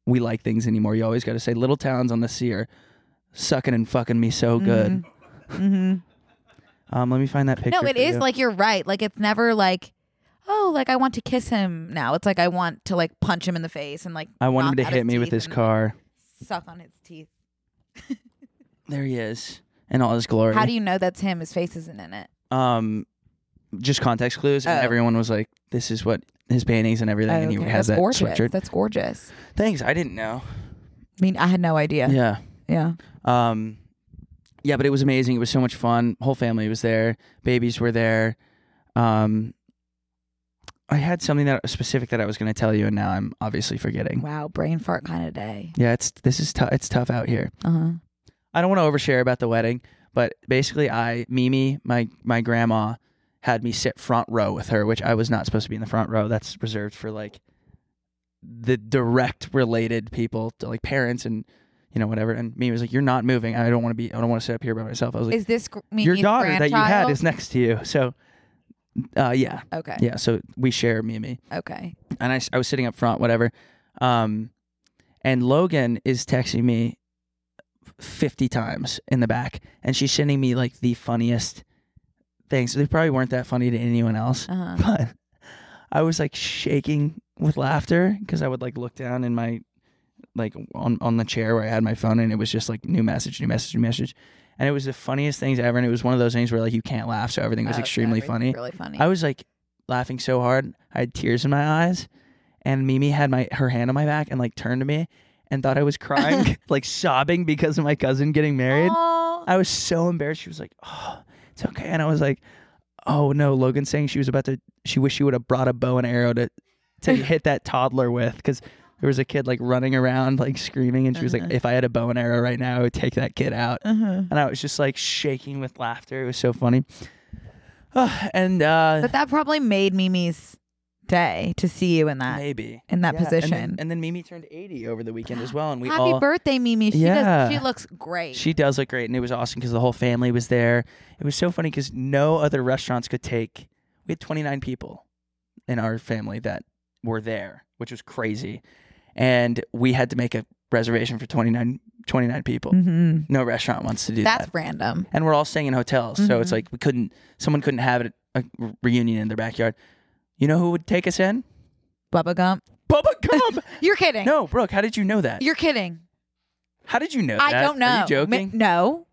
we like things anymore. You always got to say little towns on the sea are sucking and fucking me so good. Um, let me find that picture. Mm-hmm. No, it for is you. like you're right. Like it's never like, oh, like I want to kiss him now. It's like I want to like punch him in the face and like I want him knock to out hit me with teeth his and car. suck on his teeth. There he is, in all his glory. How do you know that's him? His face isn't in it. um, just context clues, and Oh. everyone was like, "This is what his paintings and everything," and he okay. has that's that gorgeous. sweatshirt. That's gorgeous. Thanks, I didn't know. I mean, I had no idea. Yeah. Yeah. Um, yeah, but it was amazing. It was so much fun. Whole family was there. Babies were there. Um, I had something that specific that I was going to tell you, and now I'm obviously forgetting. Wow, brain fart kind of day. Yeah, it's this is tough. It's tough out here. Uh huh. I don't want to overshare about the wedding, but basically, I Mimi, my my grandma, had me sit front row with her, which I was not supposed to be in the front row. That's reserved for like the direct related people, to like parents and you know whatever. And Mimi was like, "You're not moving. I don't want to be. I don't want to sit up here by myself." I was like, Is this gr- Mimi's "Your daughter that grandchild? you had is next to you." So, uh, yeah, okay. yeah. So we share Mimi Okay. and I, s- I was sitting up front, whatever. Um, and Logan is texting me 50 times in the back, and she's sending me like the funniest things. They probably weren't that funny to anyone else, Uh huh. but I was like shaking with laughter because I would like look down in my like on on the chair where I had my phone, and it was just like new message, new message, new message, and it was the funniest things ever. And it was one of those things where like you can't laugh, so everything was extremely funny. Really funny. I was like laughing so hard, I had tears in my eyes, and Mimi had my her hand on my back and like turned to me and thought I was crying, like sobbing because of my cousin getting married. Aw. I was so embarrassed. She was like, "Oh, it's okay," and I was like, "Oh no!" Logan saying she was about to, she wished she would have brought a bow and arrow to to hit that toddler with because. There was a kid like running around, like screaming, and she was like, "If I had a bow and arrow right now, I would take that kid out." And I was just like shaking with laughter. It was so funny. Ah, and uh, But that probably made Mimi's day to see you in that maybe in that Yeah, and then- position. And then, Mimi turned 80 over the weekend as well, and we Happy all birthday, Mimi. She Yeah. does. She looks great. she does look great, and it was awesome because the whole family was there. It was so funny because no other restaurants could take. We had 29 people in our family that were there, which was crazy, and we had to make a reservation for 29 29 people. hmm No restaurant wants to do That's Mm-hmm. that, random. and we're all staying in hotels, so it's like we couldn't. Someone couldn't have it, a reunion in their backyard. You know who would take us in? Bubba Gump. Bubba Gump. You're kidding. No, Brooke, how did you know that? You're kidding. how did you know I that? don't know. Are you Ma- joking? no.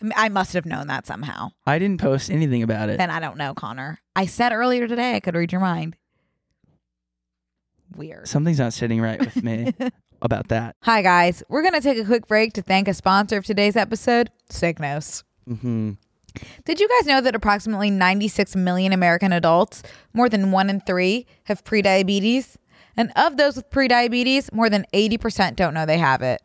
I mean, I must have known that somehow. I didn't post anything about it. Then I don't know, Connor. I said earlier today I could read your mind. Weird. Something's not sitting right with me about that. Hi, guys. We're going to take a quick break to thank a sponsor of today's episode, Signos. Mm-hmm. Did you guys know that approximately 96 million American adults, more than one in three, have prediabetes? And of those with prediabetes, more than 80% don't know they have it.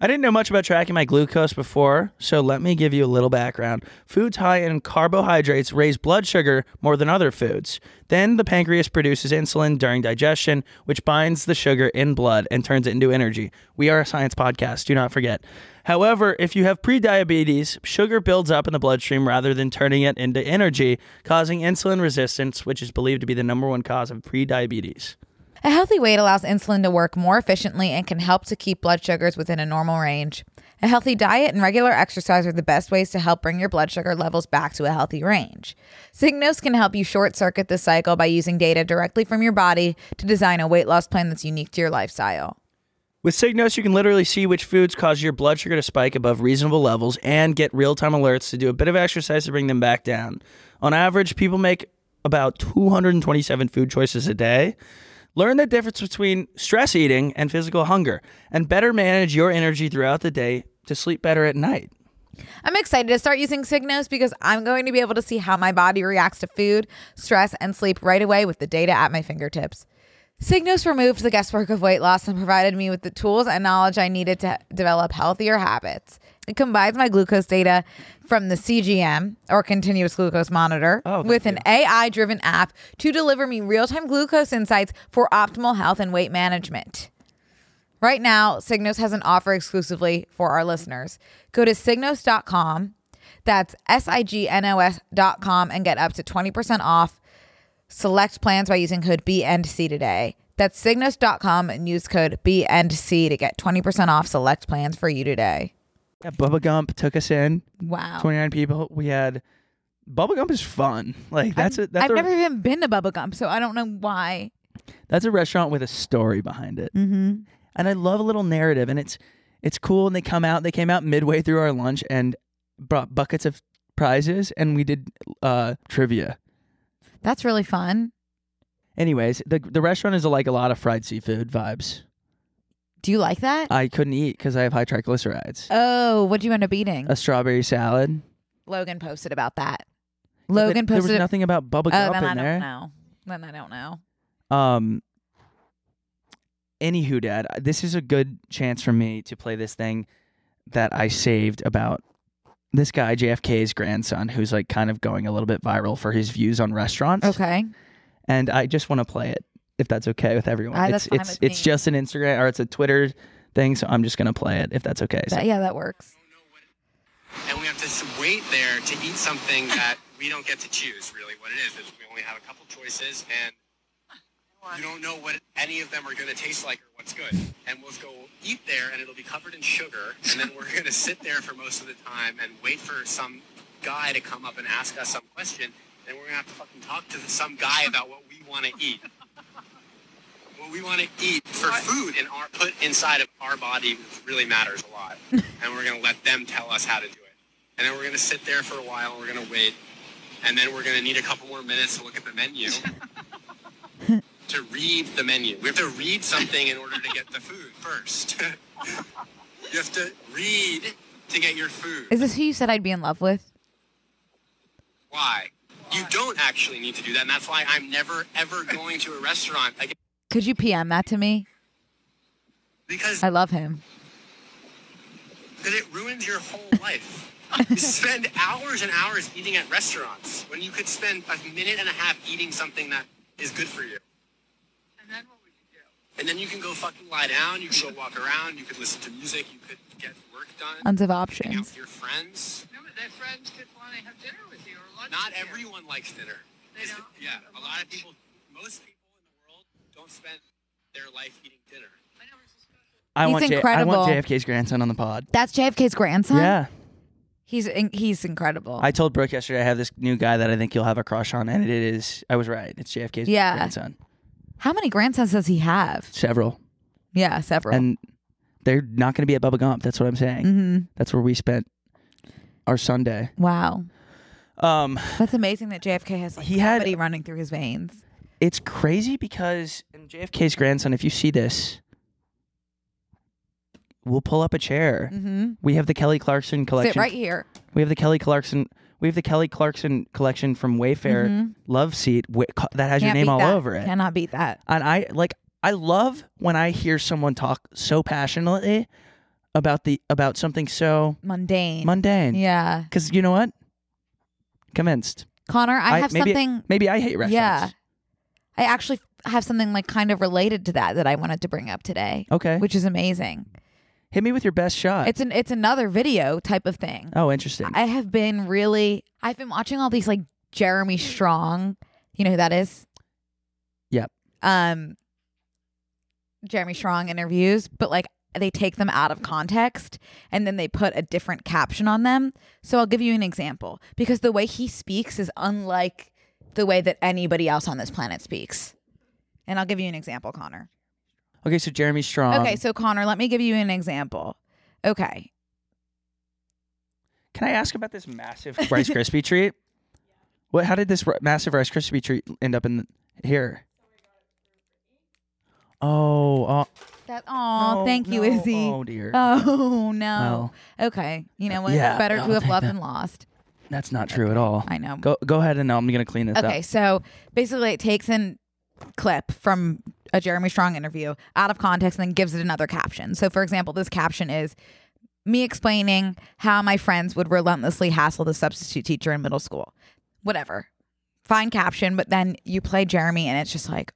I didn't know much about tracking my glucose before, so let me give you a little background. Foods high in carbohydrates raise blood sugar more than other foods. Then the pancreas produces insulin during digestion, which binds the sugar in blood and turns it into energy. We are a science podcast, do not forget. However, if you have prediabetes, sugar builds up in the bloodstream rather than turning it into energy, causing insulin resistance, which is believed to be the number one cause of prediabetes. A healthy weight allows insulin to work more efficiently and can help to keep blood sugars within a normal range. A healthy diet and regular exercise are the best ways to help bring your blood sugar levels back to a healthy range. Signos can help you short circuit this cycle by using data directly from your body to design a weight loss plan that's unique to your lifestyle. With Signos, you can literally see which foods cause your blood sugar to spike above reasonable levels and get real time alerts to do a bit of exercise to bring them back down. On average, people make about 227 food choices a day. Learn the difference between stress eating and physical hunger, and better manage your energy throughout the day to sleep better at night. I'm excited to start using Signos because I'm going to be able to see how my body reacts to food, stress, and sleep right away with the data at my fingertips. Signos removed the guesswork of weight loss and provided me with the tools and knowledge I needed to develop healthier habits. It combines my glucose data from the CGM or continuous glucose monitor Oh, thank with an AI driven app to deliver me real time glucose insights for optimal health and weight management. Right now, Signos has an offer exclusively for our listeners. Go to signos.com, that's S I G N O S.com, and get up to 20% off select plans by using code B and C today. That's signos.com and use code B and C to get 20% off select plans for you today. Yeah, Bubba Gump took us in, Wow. 29 people. We had. Bubba Gump is fun. Like that's a that's I've a, never even been to Bubba Gump, so I don't know why. That's a restaurant with a story behind it. Mm-hmm. And I love a little narrative, and it's it's cool. And they come out. They came out midway through our lunch and brought buckets of prizes, and we did uh, trivia. That's really fun. Anyways, the the restaurant is like a lot of fried seafood vibes. Do you like that? I couldn't eat because I have high triglycerides. oh, what'd you end up eating? a strawberry salad. Logan posted about that. Logan there posted was it- nothing about Bubba Oh, Gump then I in don't there. know. Then I don't know. Um. Anywho, Dad, this is a good chance for me to play this thing that I saved about this guy JFK's grandson, who's like kind of going a little bit viral for his views on restaurants. Okay. And I just want to play it if that's okay with everyone. Ah, it's that's fine it's with it's me. just an Instagram or it's a Twitter thing, so I'm just gonna play it if that's okay. So- That- yeah, that works. and we have to s- wait there to eat something that we don't get to choose really what it is is we only have a couple choices and you don't know what any of them are going to taste like or what's good and we'll go eat there and it'll be covered in sugar and then we're going to sit there for most of the time and wait for some guy to come up and ask us some question and we're going to have to fucking talk to some guy about what we want to eat what we want to eat for food and our, put inside of our body which really matters a lot. and we're going to let them tell us how to do it. And then we're going to sit there for a while and we're going to wait. And then we're going to need a couple more minutes to look at the menu to read the menu. We have to read something in order to get the food first. you have to read to get your food. Is this who you said I'd be in love with? Why? You don't actually need to do that. And that's why I'm never, ever going to a restaurant again. Could you PM that to me? Because I love him. that it ruins your whole life. you spend hours and hours eating at restaurants when you could spend a minute and a half eating something that is good for you. And then what would you do? And then you can go fucking lie down, you can go walk around, you could listen to music, you could get work done, Tons of hang out with options. your friends. No, but their friends could want to have dinner with you or lunch. Not with you. everyone likes dinner. They Is it- don't? Yeah, a lot of people, most people in the world don't spend their life eating dinner. I know, it's just- I He's want J- I incredible. want JFK's grandson on the pod. That's JFK's grandson. Yeah. He's in- he's incredible. I told Brooke yesterday I have this new guy that I think you'll have a crush on, and it is. I was right. It's JFK's Yeah. grandson. How many grandsons does he have? Several, Yeah, several. and they're not going to be at Bubba Gump. That's what I'm saying. Mm-hmm. That's where we spent our Sunday. wow, Um, that's amazing that JFK has like He had- somebody running through his veins. it's crazy because and JFK's grandson. If you see this, we'll pull up a chair. We have the Kelly Clarkson collection. Mm. Mm-hmm. Sit right here. We have the Kelly Clarkson. We have the Kelly Clarkson collection from Wayfair Love Seat wi- co- that Mm-hmm. Can't has your name beat all that. over it. Cannot beat that. and I like I love when I hear someone talk so passionately about the about something so Mundane. mundane. Yeah, Because you know what? Convinced. Connor, I, have maybe, something. Maybe I hate Yeah. restaurants. I actually have something like kind of related to that that I wanted to bring up today. Okay. Which is amazing. Hit me with your best shot. It's an it's another video type of thing. oh, interesting. I have been really I've been watching all these like Jeremy Strong. You know who that is? Yep. Um Jeremy Strong interviews, but like they take them out of context and then they put a different caption on them. So I'll give you an example because the way he speaks is unlike the way that anybody else on this planet speaks. And I'll give you an example, Connor. okay, so Jeremy Strong. okay, so Connor, let me give you an example. Okay. Can I ask about this massive Rice Krispie treat? What? How did this ri- massive Rice Krispie treat end up in the, here? Oh, oh, That oh, No, thank you, no, Izzy. oh, dear. Oh no. okay. You know what? yeah, Better I'll to have take loved that. and lost. that's not true at all. I know. Go go ahead and I'm gonna clean this Okay, up. so basically it takes in clip from a Jeremy Strong interview out of context and then gives it another caption. So for example, this caption is me explaining how my friends would relentlessly hassle the substitute teacher in middle school. Whatever. Fine caption, but then you play Jeremy and it's just like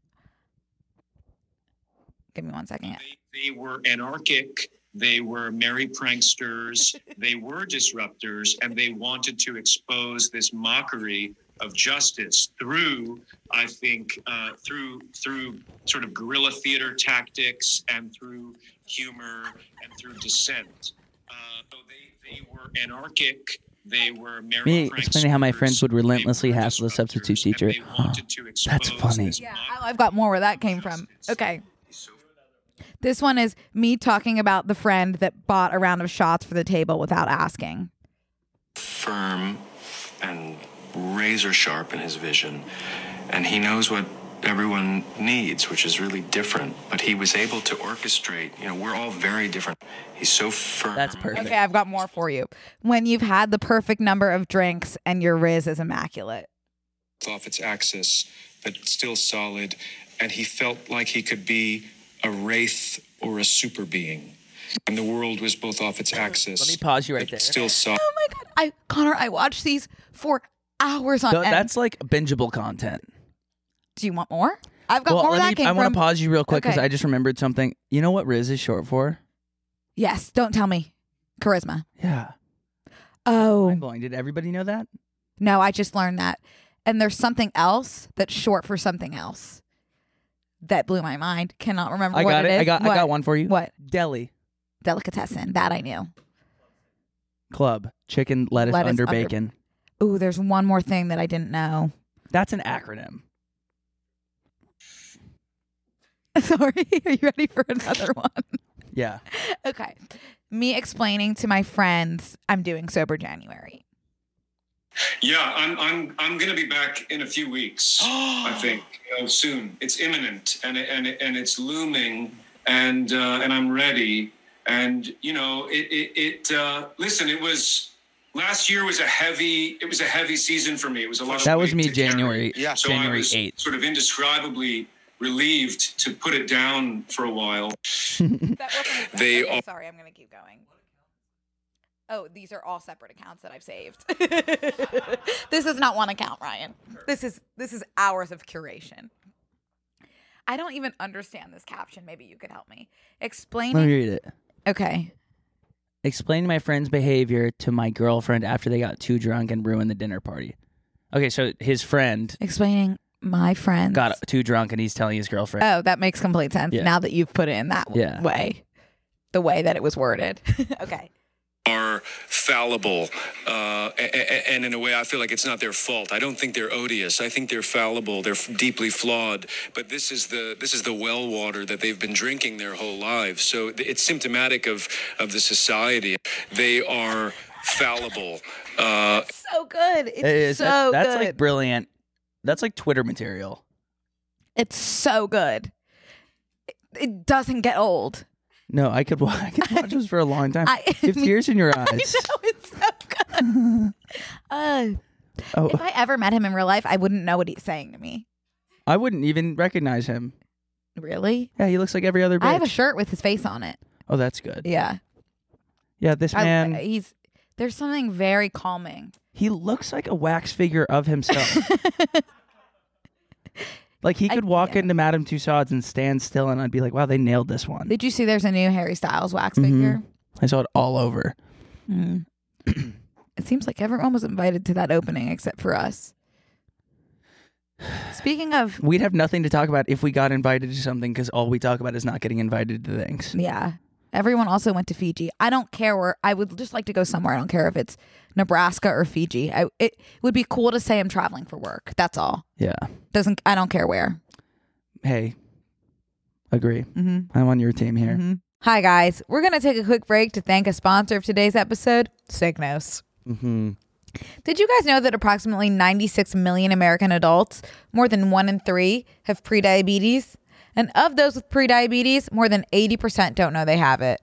Give me one second. They were anarchic. They were merry pranksters. they were disruptors, and they wanted to expose this mockery of justice through, I think, uh, through through sort of guerrilla theater tactics and through humor and through dissent. Uh, so they, they were anarchic. They were merry Me explaining how my friends would pranksters, they were relentlessly hassle the substitute disruptors, and teacher. they wanted to That's expose funny. this Yeah, I- I've got more where that came from. Okay. So This one is me talking about the friend that bought a round of shots for the table without asking. firm and razor sharp in his vision, and he knows what everyone needs, which is really different. But he was able to orchestrate. You know, we're all very different. He's so firm. That's perfect. Okay, I've got more for you. When you've had the perfect number of drinks and your Riz is immaculate. off its axis, but still solid, and he felt like he could be a wraith or a super being. And the world was both off its axis. Let me pause you right there. but Still solid. Oh my god, I Connor, I watched these for hours on Th- end. that's like bingeable content. Do you want more? I've got well, more where let that me, came I want from. to pause you real quick because Okay. I just remembered something. You know what Riz is short for? Yes, don't tell me. Charisma. Yeah. Oh Mind blowing. Did everybody know that? no, I just learned that. And there's something else that's short for something else that blew my mind. Cannot remember I what got it. is. I got. I What? got one for you. What? Deli Delicatessen. That I knew. club chicken lettuce, Lettuce under, under- bacon. Ooh, there's one more thing that I didn't know. That's an acronym. Sorry, are you ready for another one? Yeah. Okay. Me explaining to my friends I'm doing sober January. Yeah, I'm I'm I'm gonna be back in a few weeks. I think uh, soon. It's imminent and it- and it- and it's looming, and uh, and I'm ready. And you know, it it, it uh, listen. It was last year was a heavy. It was a heavy season for me. It was a lot. of That was weight me to carry. January- Yeah. So I January was 8th. Sort of indescribably relieved to put it down for a while. That wasn't They all- sorry, I'm gonna keep going. Oh, these are all separate accounts that I've saved. this is not one account, Ryan. This is this is hours of curation. I don't even understand this caption. Maybe you could help me. Let me Explaining read it. Okay. Explain my friend's behavior to my girlfriend after they got too drunk and ruined the dinner party. Okay, so his friend Explaining my friends. got too drunk and he's telling his girlfriend. Oh, that makes complete sense Yeah. now that you've put it in that w- Yeah. way. The way that it was worded. okay. Are fallible, uh, a- a- and in a way, I feel like it's not their fault. I don't think they're odious. I think they're fallible. They're f- deeply flawed. But this is the this is the well water that they've been drinking their whole lives. So th- it's symptomatic of of the society. They are fallible. Uh, So good. It's It is. so That's- that's good. like brilliant. That's like Twitter material. It's so good. It, it doesn't get old. No, I could, wa- I could watch this for a long time. I- you have me- tears in your I eyes. know it's so good. Uh, Oh, if I ever met him in real life, I wouldn't know what he's saying to me. I wouldn't even recognize him. Really? Yeah, he looks like every other bitch. I have a shirt with his face on it. oh, that's good. Yeah. Yeah, this I- man, he's there's something very calming. he looks like a wax figure of himself. like he I- could walk yeah. into Madame Tussauds and stand still, and I'd be like, "Wow, they nailed this one." Did you see there's a new Harry Styles wax Mhm. figure? I saw it all over. Mm-hmm. Mm. it seems like everyone was invited to that opening except for us. Speaking of, We'd have nothing to talk about if we got invited to something because all we talk about is not getting invited to things. yeah, everyone also went to Fiji. I don't care where. I would just like to go somewhere. I don't care if it's Nebraska or Fiji. I, it would be cool to say I'm traveling for work. That's all. Yeah. Doesn't I don't care where. Hey, agree. Mm-hmm. I'm on your team here. Hi guys, we're gonna take a quick break to thank a sponsor of today's episode, Signos. Mm-hmm. Did you guys know that approximately 96 million American adults, more than one in three, have prediabetes? And of those with prediabetes, more than 80% don't know they have it.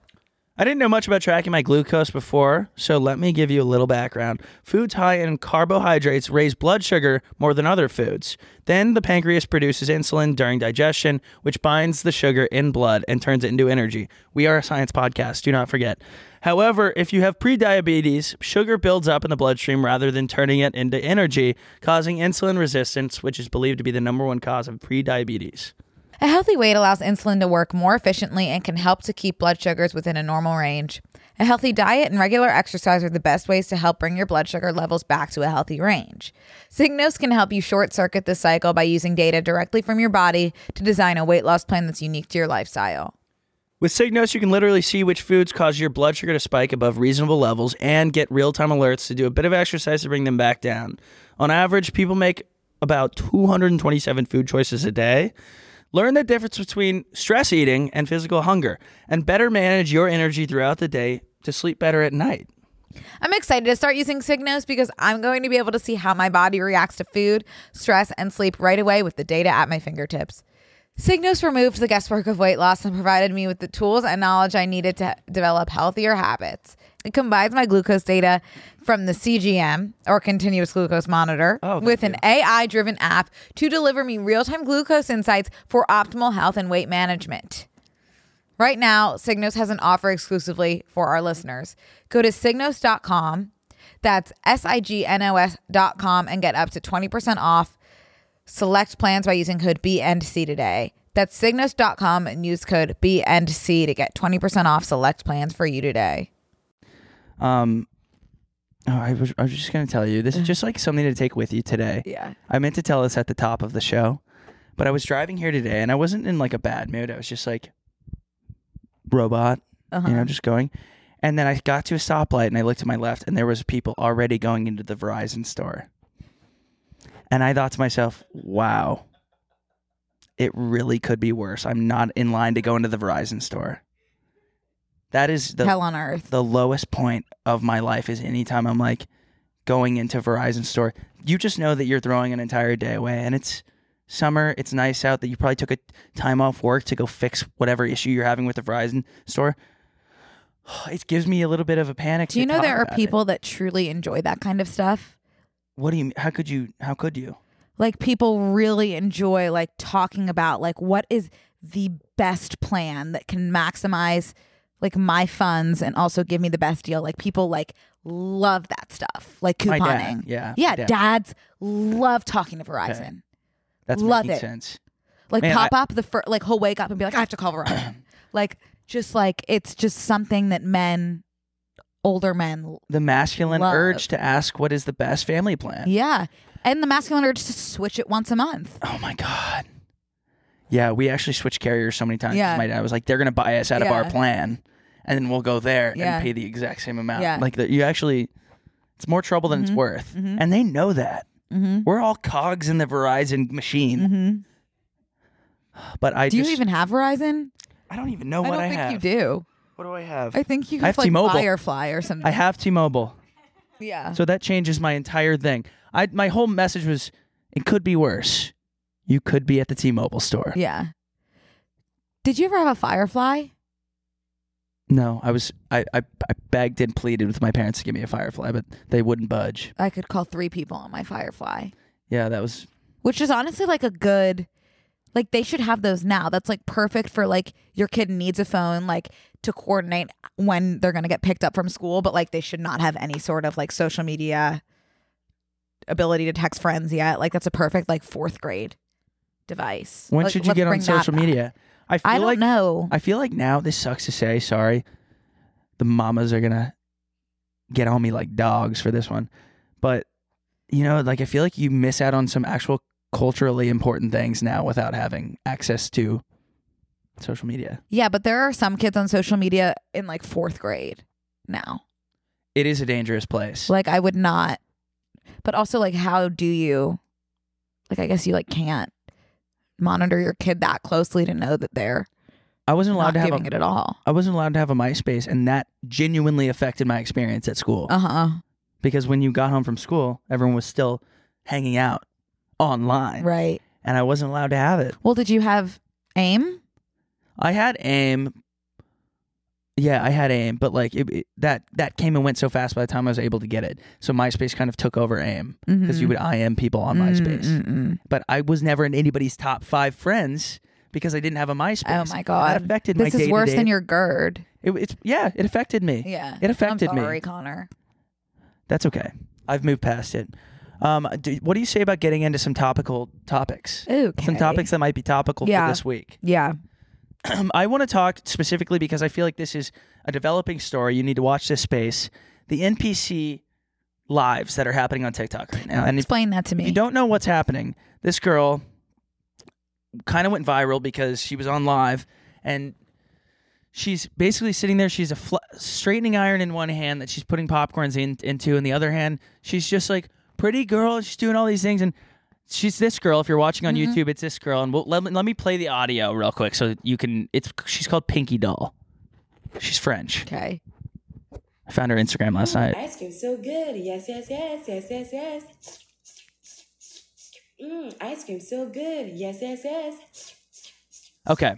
I didn't know much about tracking my glucose before, so let me give you a little background. Foods high in carbohydrates raise blood sugar more than other foods. Then the pancreas produces insulin during digestion, which binds the sugar in blood and turns it into energy. We are a science podcast, do not forget. However, if you have prediabetes, sugar builds up in the bloodstream rather than turning it into energy, causing insulin resistance, which is believed to be the number one cause of prediabetes. A healthy weight allows insulin to work more efficiently and can help to keep blood sugars within a normal range. A healthy diet and regular exercise are the best ways to help bring your blood sugar levels back to a healthy range. Signos can help you short circuit this cycle by using data directly from your body to design a weight loss plan that's unique to your lifestyle. With Signos, you can literally see which foods cause your blood sugar to spike above reasonable levels and get real time alerts to do a bit of exercise to bring them back down. On average, people make about 227 food choices a day. Learn the difference between stress eating and physical hunger, and better manage your energy throughout the day to sleep better at night. I'm excited to start using Signos because I'm going to be able to see how my body reacts to food, stress, and sleep right away with the data at my fingertips. Signos removed the guesswork of weight loss and provided me with the tools and knowledge I needed to develop healthier habits. It combines my glucose data from the CGM or continuous glucose monitor Oh, thank with an AI driven app to deliver me real time glucose insights for optimal health and weight management. Right now, Signos has an offer exclusively for our listeners. Go to signos.com, that's S I G N O S.com, and get up to 20% off select plans by using code B and C today. That's signos.com and use code B and C to get 20% off select plans for you today. Um, oh, I was, I was just gonna tell you this is just like something to take with you today. Yeah. I meant to tell this at the top of the show, but I was driving here today and I wasn't in like a bad mood. I was just like robot, you Uh-huh. know, just going. And then I got to a stoplight and I looked to my left and there was people already going into the Verizon store. And I thought to myself, wow, it really could be worse. I'm not in line to go into the Verizon store. That is the Hell on earth. the lowest point of my life is anytime I'm like going into Verizon store. You just know that you're throwing an entire day away and it's summer, it's nice out that you probably took a time off work to go fix whatever issue you're having with the Verizon store. It gives me a little bit of a panic. Do you to know talk there are about it. people that truly enjoy that kind of stuff? What do you how could you how could you? Like people really enjoy like talking about like what is the best plan that can maximize like my funds and also give me the best deal. Like people like love that stuff. Like My couponing. dad, yeah, Yeah, my dad. dads love talking to Verizon. That's Love making it. sense. like Man, pop up the fir- like he'll wake up and be like, I have to call Verizon. like just like it's just something that men, older men, The masculine Love. urge to ask what is the best family plan. yeah, and the masculine urge to switch it once a month. Oh my god. Yeah, we actually switched carriers so many times. 'cause Yeah. My dad was like, "They're gonna buy us out of our Yeah. plan, and then we'll go there Yeah. and pay the exact same amount." Yeah. Mm-hmm. Like that, you actually, it's more trouble than it's worth, and they know that. We're all cogs in the Verizon machine. But I Mm-hmm. Do you just, even have Verizon? I don't even know I what don't I think have. you do. What do I have? I think you I have have like T-Mobile. Firefly or something. I have T-Mobile, yeah. so that changes my entire thing. I my whole message was, it could be worse. You could be at the T-Mobile store. yeah. Did you ever have a Firefly? No, I was I, I I begged and pleaded with my parents to give me a Firefly, but they wouldn't budge. I could call three people on my Firefly, Yeah, that was which is honestly like a good. Like they should have those now. That's like perfect for like your kid needs a phone like to coordinate when they're going to get picked up from school, but like they should not have any sort of like social media ability to text friends yet. Like that's a perfect like 4th grade device. when Like, should you let's get on bring that social back. media? I feel I don't like know. I feel like now this sucks to say, sorry. The mamas are gonna get on me like dogs for this one. But you know, like I feel like you miss out on some actual culturally important things now without having access to social media. Yeah, but there are some kids on social media in like 4th grade now. It is a dangerous place. Like I would not. But also like how do you like I guess you like can't monitor your kid that closely to know that they're I wasn't allowed not to have giving a, it at all. I wasn't allowed to have a MySpace, and that genuinely affected my experience at school. Uh-huh. because when you got home from school, everyone was still hanging out online, Right. and I wasn't allowed to have it. Well, did you have aim? I had aim. Yeah, I had aim, but like it, it- that that came and went so fast by the time I was able to get it. So MySpace kind of took over aim because Mm-hmm. you would IM people on MySpace, Mm-mm. but I was never in anybody's top five friends because I didn't have a MySpace. Oh my And god. that affected my this is worse day-to-day- than your GERD. It, it's yeah, it affected me. Yeah. it affected I'm me. sorry, Connor. That's okay. I've moved past it. Um, do, what do you say about getting into some topical topics? Okay. Some topics that might be topical Yeah. for this week. Um, Yeah. I want to talk specifically because I feel like this is a developing story. You need to watch this space. The NPC lives that are happening on TikTok right now. And if Explain that to me. you don't know what's happening, this girl kind of went viral because she was on live and she's basically sitting there. She's a fl- straightening iron in one hand that she's putting popcorns in, into, and the other hand, she's just like pretty girl. She's doing all these things, and she's this girl. If you're watching on YouTube, it's this girl. And we'll, let me- let me play the audio real quick so that you can. It's she's called Pinky Doll. She's French. Okay. I found her Instagram last night. Ice cream so good. Yes, yes, yes, yes, yes, yes. Mm, ice cream so good. Yes, yes, yes. Okay.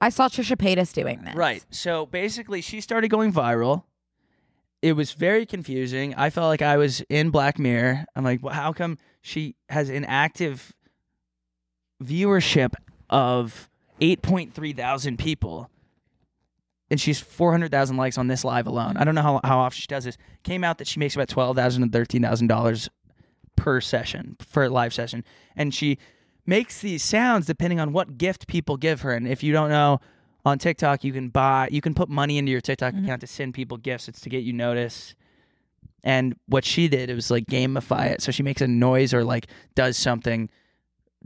I saw Trisha Paytas doing that. Right. So basically, she started going viral. It was very confusing. I felt like I was in Black Mirror. I'm like, well, how come she has an active viewership of 8.3 thousand people? And she's 400,000 likes on this live alone. I don't know how, how often she does this. Came out that she makes about $12,000 to $13,000 per session, for a live session. And she makes these sounds depending on what gift people give her. And if you don't know, on TikTok, you can buy, you can put money into your TikTok account to send people gifts. It's to get you notice. And what she did, it was like gamify it. So she makes a noise or like does something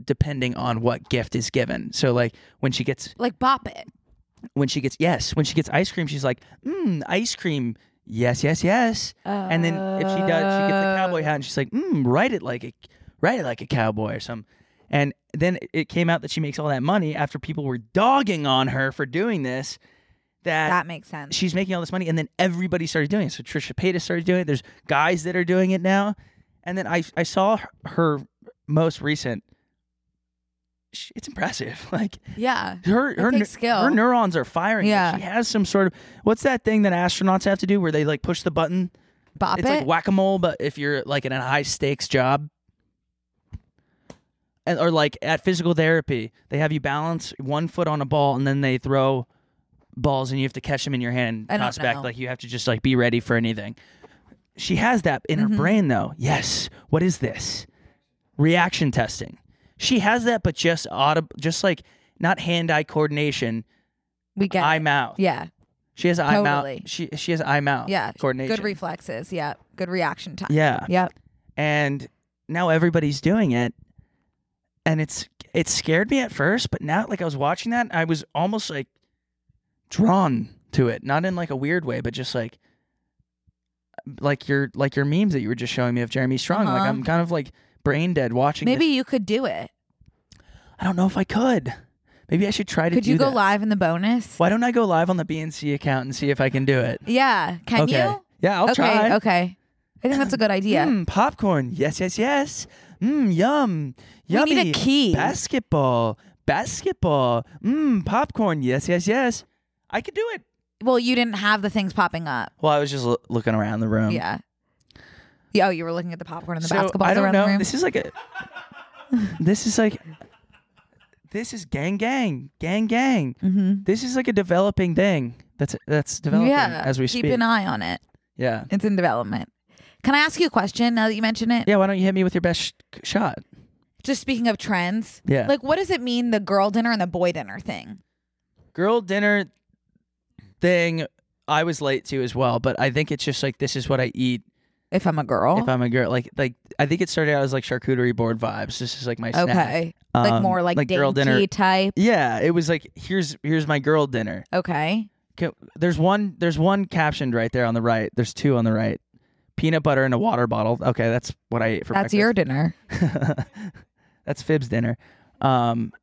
depending on what gift is given. So like when she gets Like bop it. when she gets yes, when she gets ice cream, she's like, mmm, ice cream. Yes, yes, yes. and then if she does, she gets the cowboy hat and she's like, mmm, write it like a write it like a cowboy or something. And then it came out that she makes all that money after people were dogging on her for doing this. That, That makes sense. she's making all this money, and then everybody started doing it. So Trisha Paytas started doing it. There's guys that are doing it now, and then I I saw her, her most recent. sh- It's impressive. Like yeah. her her takes neu- skill. her neurons are firing. Yeah. Yeah, she has some sort of what's that thing that astronauts have to do where they like push the button? Bop it's it. like whack a mole, but if you're like in a high stakes job, and or like at physical therapy, they have you balance one foot on a ball and then they throw balls and you have to catch them in your hand I and don't toss back. know. Like you have to just like be ready for anything. She has that in Mm-hmm. her brain though. Yes. What is this? Reaction testing. She has that, but just audible, just like not hand-eye coordination, we get eye it. mouth. Yeah. She has eye Totally. mouth. She she has eye mouth. Yeah. coordination. Good reflexes. Yeah. Good reaction time. Yeah. Yep. and now everybody's doing it and it's it scared me at first but now like i was watching that i was almost like drawn to it not in like a weird way but just like like your like your memes that you were just showing me of jeremy strong like Uh-huh. i'm kind of like brain dead watching Maybe this. you could do it. i don't know if i could maybe i should try to Could do you go that. live in the bonus? why don't i go live on the bnc account and see if i can do it Yeah. Can okay you? yeah i'll okay. try Okay. I think that's a good idea. Mm, popcorn. Yes, yes, yes. Mmm, yum. We Yummy. need a key. Basketball. Basketball. Mmm, popcorn. Yes, yes, yes. I could do it. Well, you didn't have the things popping up. Well, I was just loo- looking around the room. yeah. Yeah. Oh, you were looking at the popcorn and the Um, So, basketballs I don't around know. the room. This is like a. this is like. This is gang, gang, gang, gang. Mhm. This is like a developing thing. That's that's developing yeah. as we keep speak. an eye on it. yeah. It's in development. Can I ask you a question now that you mention it? Yeah. Why don't you hit me with your best sh- shot? Just speaking of trends. Yeah. Like, what does it mean the girl dinner and the boy dinner thing? girl dinner thing I was late to as well, but I think it's just like this is what I eat If I'm a girl. if I'm a girl. Like like I think it started out as like charcuterie board vibes. This is like my snack. okay. like Um, more like, dainty girl dinner. type. Yeah, it was like here's here's my girl dinner. Okay. Ca- There's one there's one captioned right there on the right. There's two on the right. Peanut butter in a water bottle. Okay, that's what I ate for That's breakfast. your dinner. That's Fib's dinner. Um,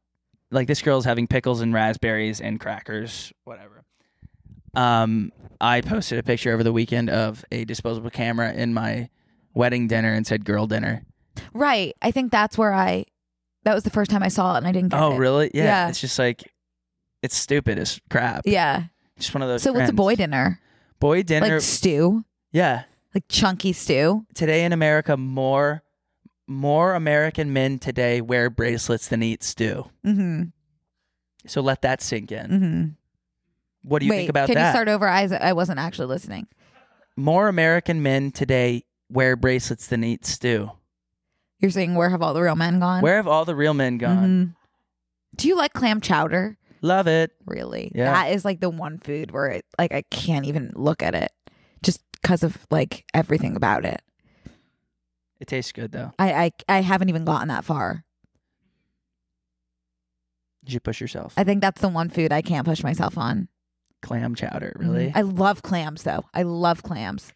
like this girl's having pickles and raspberries and crackers, whatever. Um, I posted a picture over the weekend of a disposable camera in my wedding dinner and said "girl dinner." Right. I think that's where I that was the first time I saw it and I didn't get Oh, it. really? Yeah, Yeah. It's just like it's stupid as crap. Yeah. Just one of those. So what's a trends. boy dinner? Boy dinner. Like stew? yeah. Like chunky stew? Today in America, more more American men today wear bracelets than eat stew. Mm-hmm. So let that sink in. Mm-hmm. What do you Wait, think about can that? you start over? I, I wasn't actually listening. more American men today wear bracelets than eat stew. You're saying where have all the real men gone? Where have all the real men gone? Mhm. Do you like clam chowder? Love it. Really? Yeah. That is like the one food where it, like I can't even look at it just because of like everything about it. It tastes good though. I, I I haven't even gotten that far. You should push yourself. I think that's the one food I can't push myself on. Clam chowder, really? Mm-hmm. I love clams though. I love clams.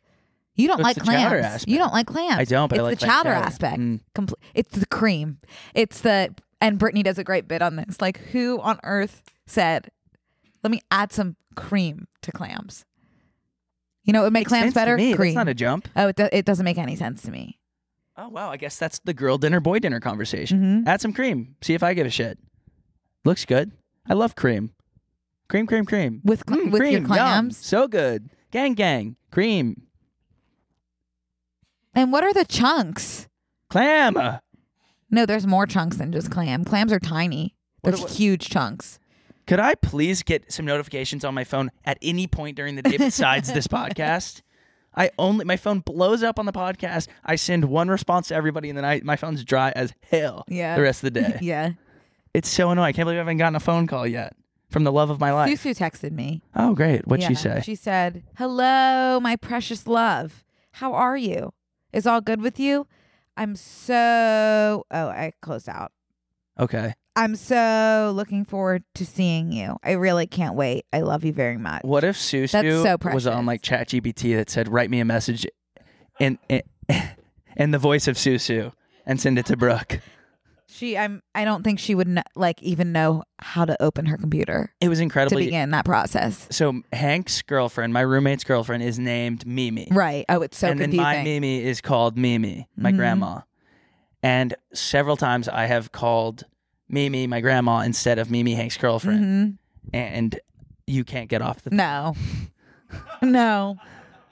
You don't It's like the clams. chowder You aspect. don't like clams. I don't, but it's I like the clam chowder, chowder. aspect. Mm. Comple- it's the cream. It's the and Brittany does a great bit on this. Like who on earth said, "Let me add some cream to clams." You know, it would make clams Sense to better. me. That's Cream. not a jump. oh, it, do- it doesn't make any sense to me. Oh wow, I guess that's the girl dinner boy dinner conversation. Mm-hmm. Add some cream. See if I give a shit. Looks good. I love cream. Cream, cream, cream. Mm, With cl- with your cream, yum, clams? So good. Gang gang. Cream. And what are the chunks? Clam. Uh, No, there's more chunks than just clam. Clams are tiny. There's huge chunks. Could I please get some notifications on my phone at any point during the day besides this podcast? I only my phone blows up on the podcast. I send one response to everybody, and then I my phone's dry as hell. Yeah. the rest of the day. yeah. It's so annoying. I can't believe I haven't gotten a phone call yet from the love of my life. Susu texted me. Oh, great. What'd she Yeah. say? She said, Hello, my precious love. How are you? Is all good with you? I'm so. Oh, I closed out. okay. I'm so looking forward to seeing you. I really can't wait. I love you very much. What if Susu so was precious. on like ChatGPT that said, write me a message in, in, in the voice of Susu and send it to Brooke? She, I'm. I don't think she would kn- like even know how to open her computer It was to incredibly. begin that process. So Hank's girlfriend, my roommate's girlfriend, is named Mimi. Right. Oh, it's so and then confusing. Mm-hmm. my Mimi is called Mimi, my grandma. And several times I have called Mimi, my grandma, instead of Mimi, Hank's girlfriend. Mm-hmm. And you can't get off the No. no.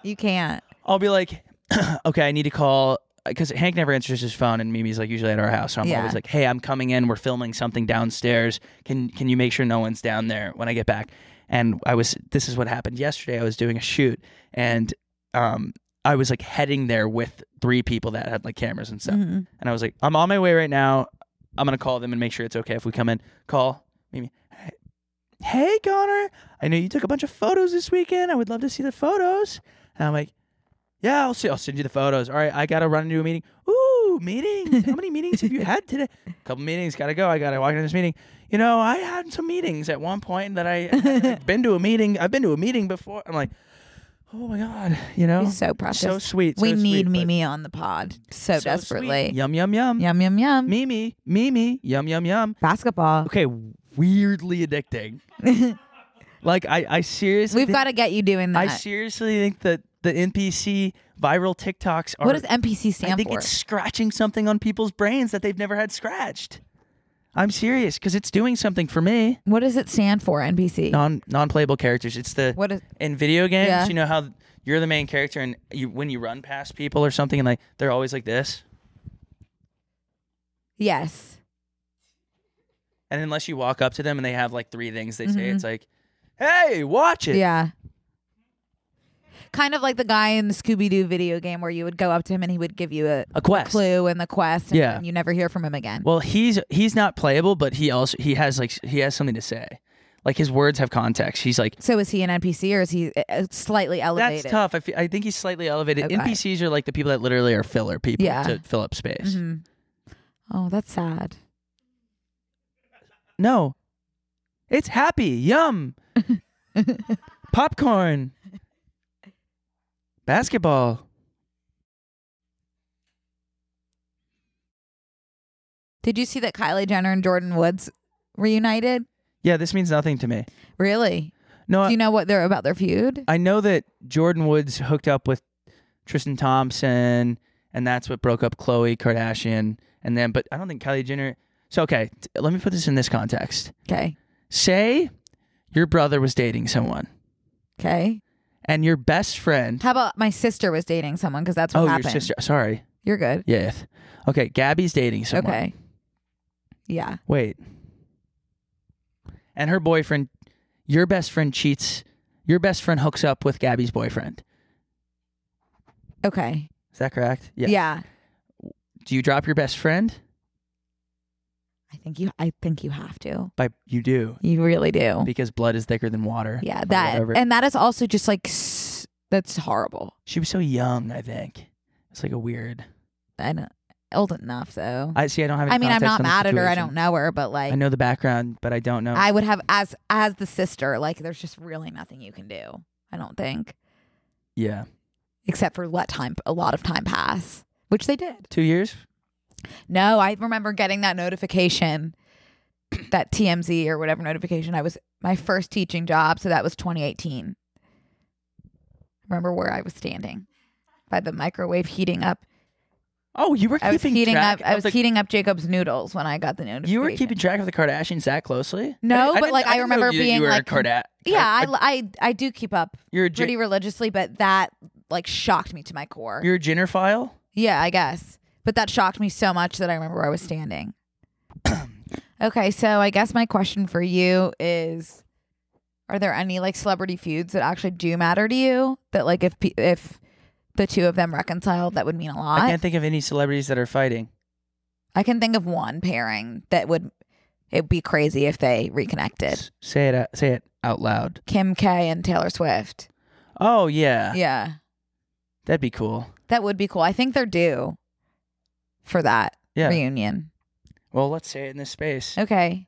You can't. I'll be like, okay, I need to call because Hank never answers his phone, and Mimi's like usually at our house. So I'm Yeah. always like, hey, I'm coming in. We're filming something downstairs. Can can you make sure no one's down there when I get back? And I was this is what happened yesterday. I was doing a shoot, and um, I was like heading there with three people that had like cameras and stuff. And I was like, I'm on my way right now. I'm gonna call them and make sure it's okay if we come in. Call Mimi. Hey Connor, I know you took a bunch of photos this weekend. I would love to see the photos. And I'm like, yeah, I'll see. I'll send you the photos. All right, I gotta run into a meeting. Ooh, meetings. How many meetings have you had today? A couple meetings. Gotta go. I gotta walk into this meeting. You know, I had some meetings at one point that I I've been to a meeting. I've been to a meeting before. I'm like, oh my god. You know, He's so precious. so sweet. we so need sweet, but Mimi on the pod so, so sweet. desperately. Yum yum yum. Yum yum yum. Mimi, Mimi, yum yum yum. Basketball. Okay, weirdly addicting. like I, I seriously, We've thi- got to get you doing I that. seriously think that the NPC viral TikToks are. what does NPC stand I think for? it's scratching something on people's brains that they've never had scratched. I'm serious because it's doing something for me. what does it stand for? NPC. Non non playable characters. It's the What is- in video games. Yeah. You know how you're the main character and you when you run past people or something and like they're always like this. Yes. And unless you walk up to them and they have like three things they say, it's like, "Hey, watch it." Mm-hmm. Yeah. Kind of like the guy in the Scooby Doo video game where you would go up to him and he would give you a, A quest. clue and the quest, and Yeah. then you never hear from him again. Well, he's he's not playable, but he also he has like he has something to say. Like his words have context. He's like so is he an NPC or is he uh, uh, slightly elevated? That's tough. I, fe- I think he's slightly elevated. Okay. NPCs are like the people that literally are filler people Yeah. to fill up space. Mhm. Oh, that's sad. No, it's happy, yum, popcorn, basketball. Did you see that Kylie Jenner and Jordan Woods reunited? Yeah, this means nothing to me. Really? No, Do I, you know what they're about their feud? I know that Jordan Woods hooked up with Tristan Thompson, and that's what broke up Khloe Kardashian. And then, but I don't think Kylie Jenner. So okay, t- let me put this in this context. Okay. Say your brother was dating someone. Okay. and your best friend. How about my sister was dating someone because that's what oh, happened. your sister. Sorry. You're good. Yeah. Okay, Gabby's dating someone. Okay. Yeah. Wait. And her boyfriend, your best friend cheats. Your best friend hooks up with Gabby's boyfriend. Okay. Is that correct? Yeah. Do you drop your best friend? I think you. I think you have to. By you do You really do. because blood is thicker than water. yeah. or That whatever. and that is also just like s- that's horrible. she was so young. I think it's like a weird. And old enough though. I see. I don't have. Any I mean, I'm not context on the mad at her. I situation. don't know her, but like, I know the background, but I don't know. I would have as as the sister. Like, there's just really nothing you can do. I don't think, yeah, except for let time a lot of time pass, which they did. two years. No, I remember getting that notification, that TMZ or whatever notification. I was my first teaching job, so that was 2018. remember where I was standing by the microwave heating up. Oh, you were I was keeping heating track up. I of was the- heating up Jacob's noodles when I got the notification. You were keeping track of the Kardashians that closely? No, I didn't- but, didn't- like, I didn't know remember you- you being, were a like, Karda- Yeah, I- I, I, I do keep up you're a pretty Jen- religiously, but that like shocked me to my core. you're a Jennerphile. Yeah, I guess. But that shocked me so much that I remember where I was standing. okay, so I guess my question for you is are there any like celebrity feuds that actually do matter to you that like if pe- if the two of them reconciled that would mean a lot? I can't think of any celebrities that are fighting. I can think of one pairing that would it'd be crazy if they reconnected. S- Say it. out- Say it out loud. Kim K and Taylor Swift. Oh yeah, Yeah. that'd be cool. That would be cool. I think they're due for that Yeah. reunion. Well, let's say it in this space. Okay.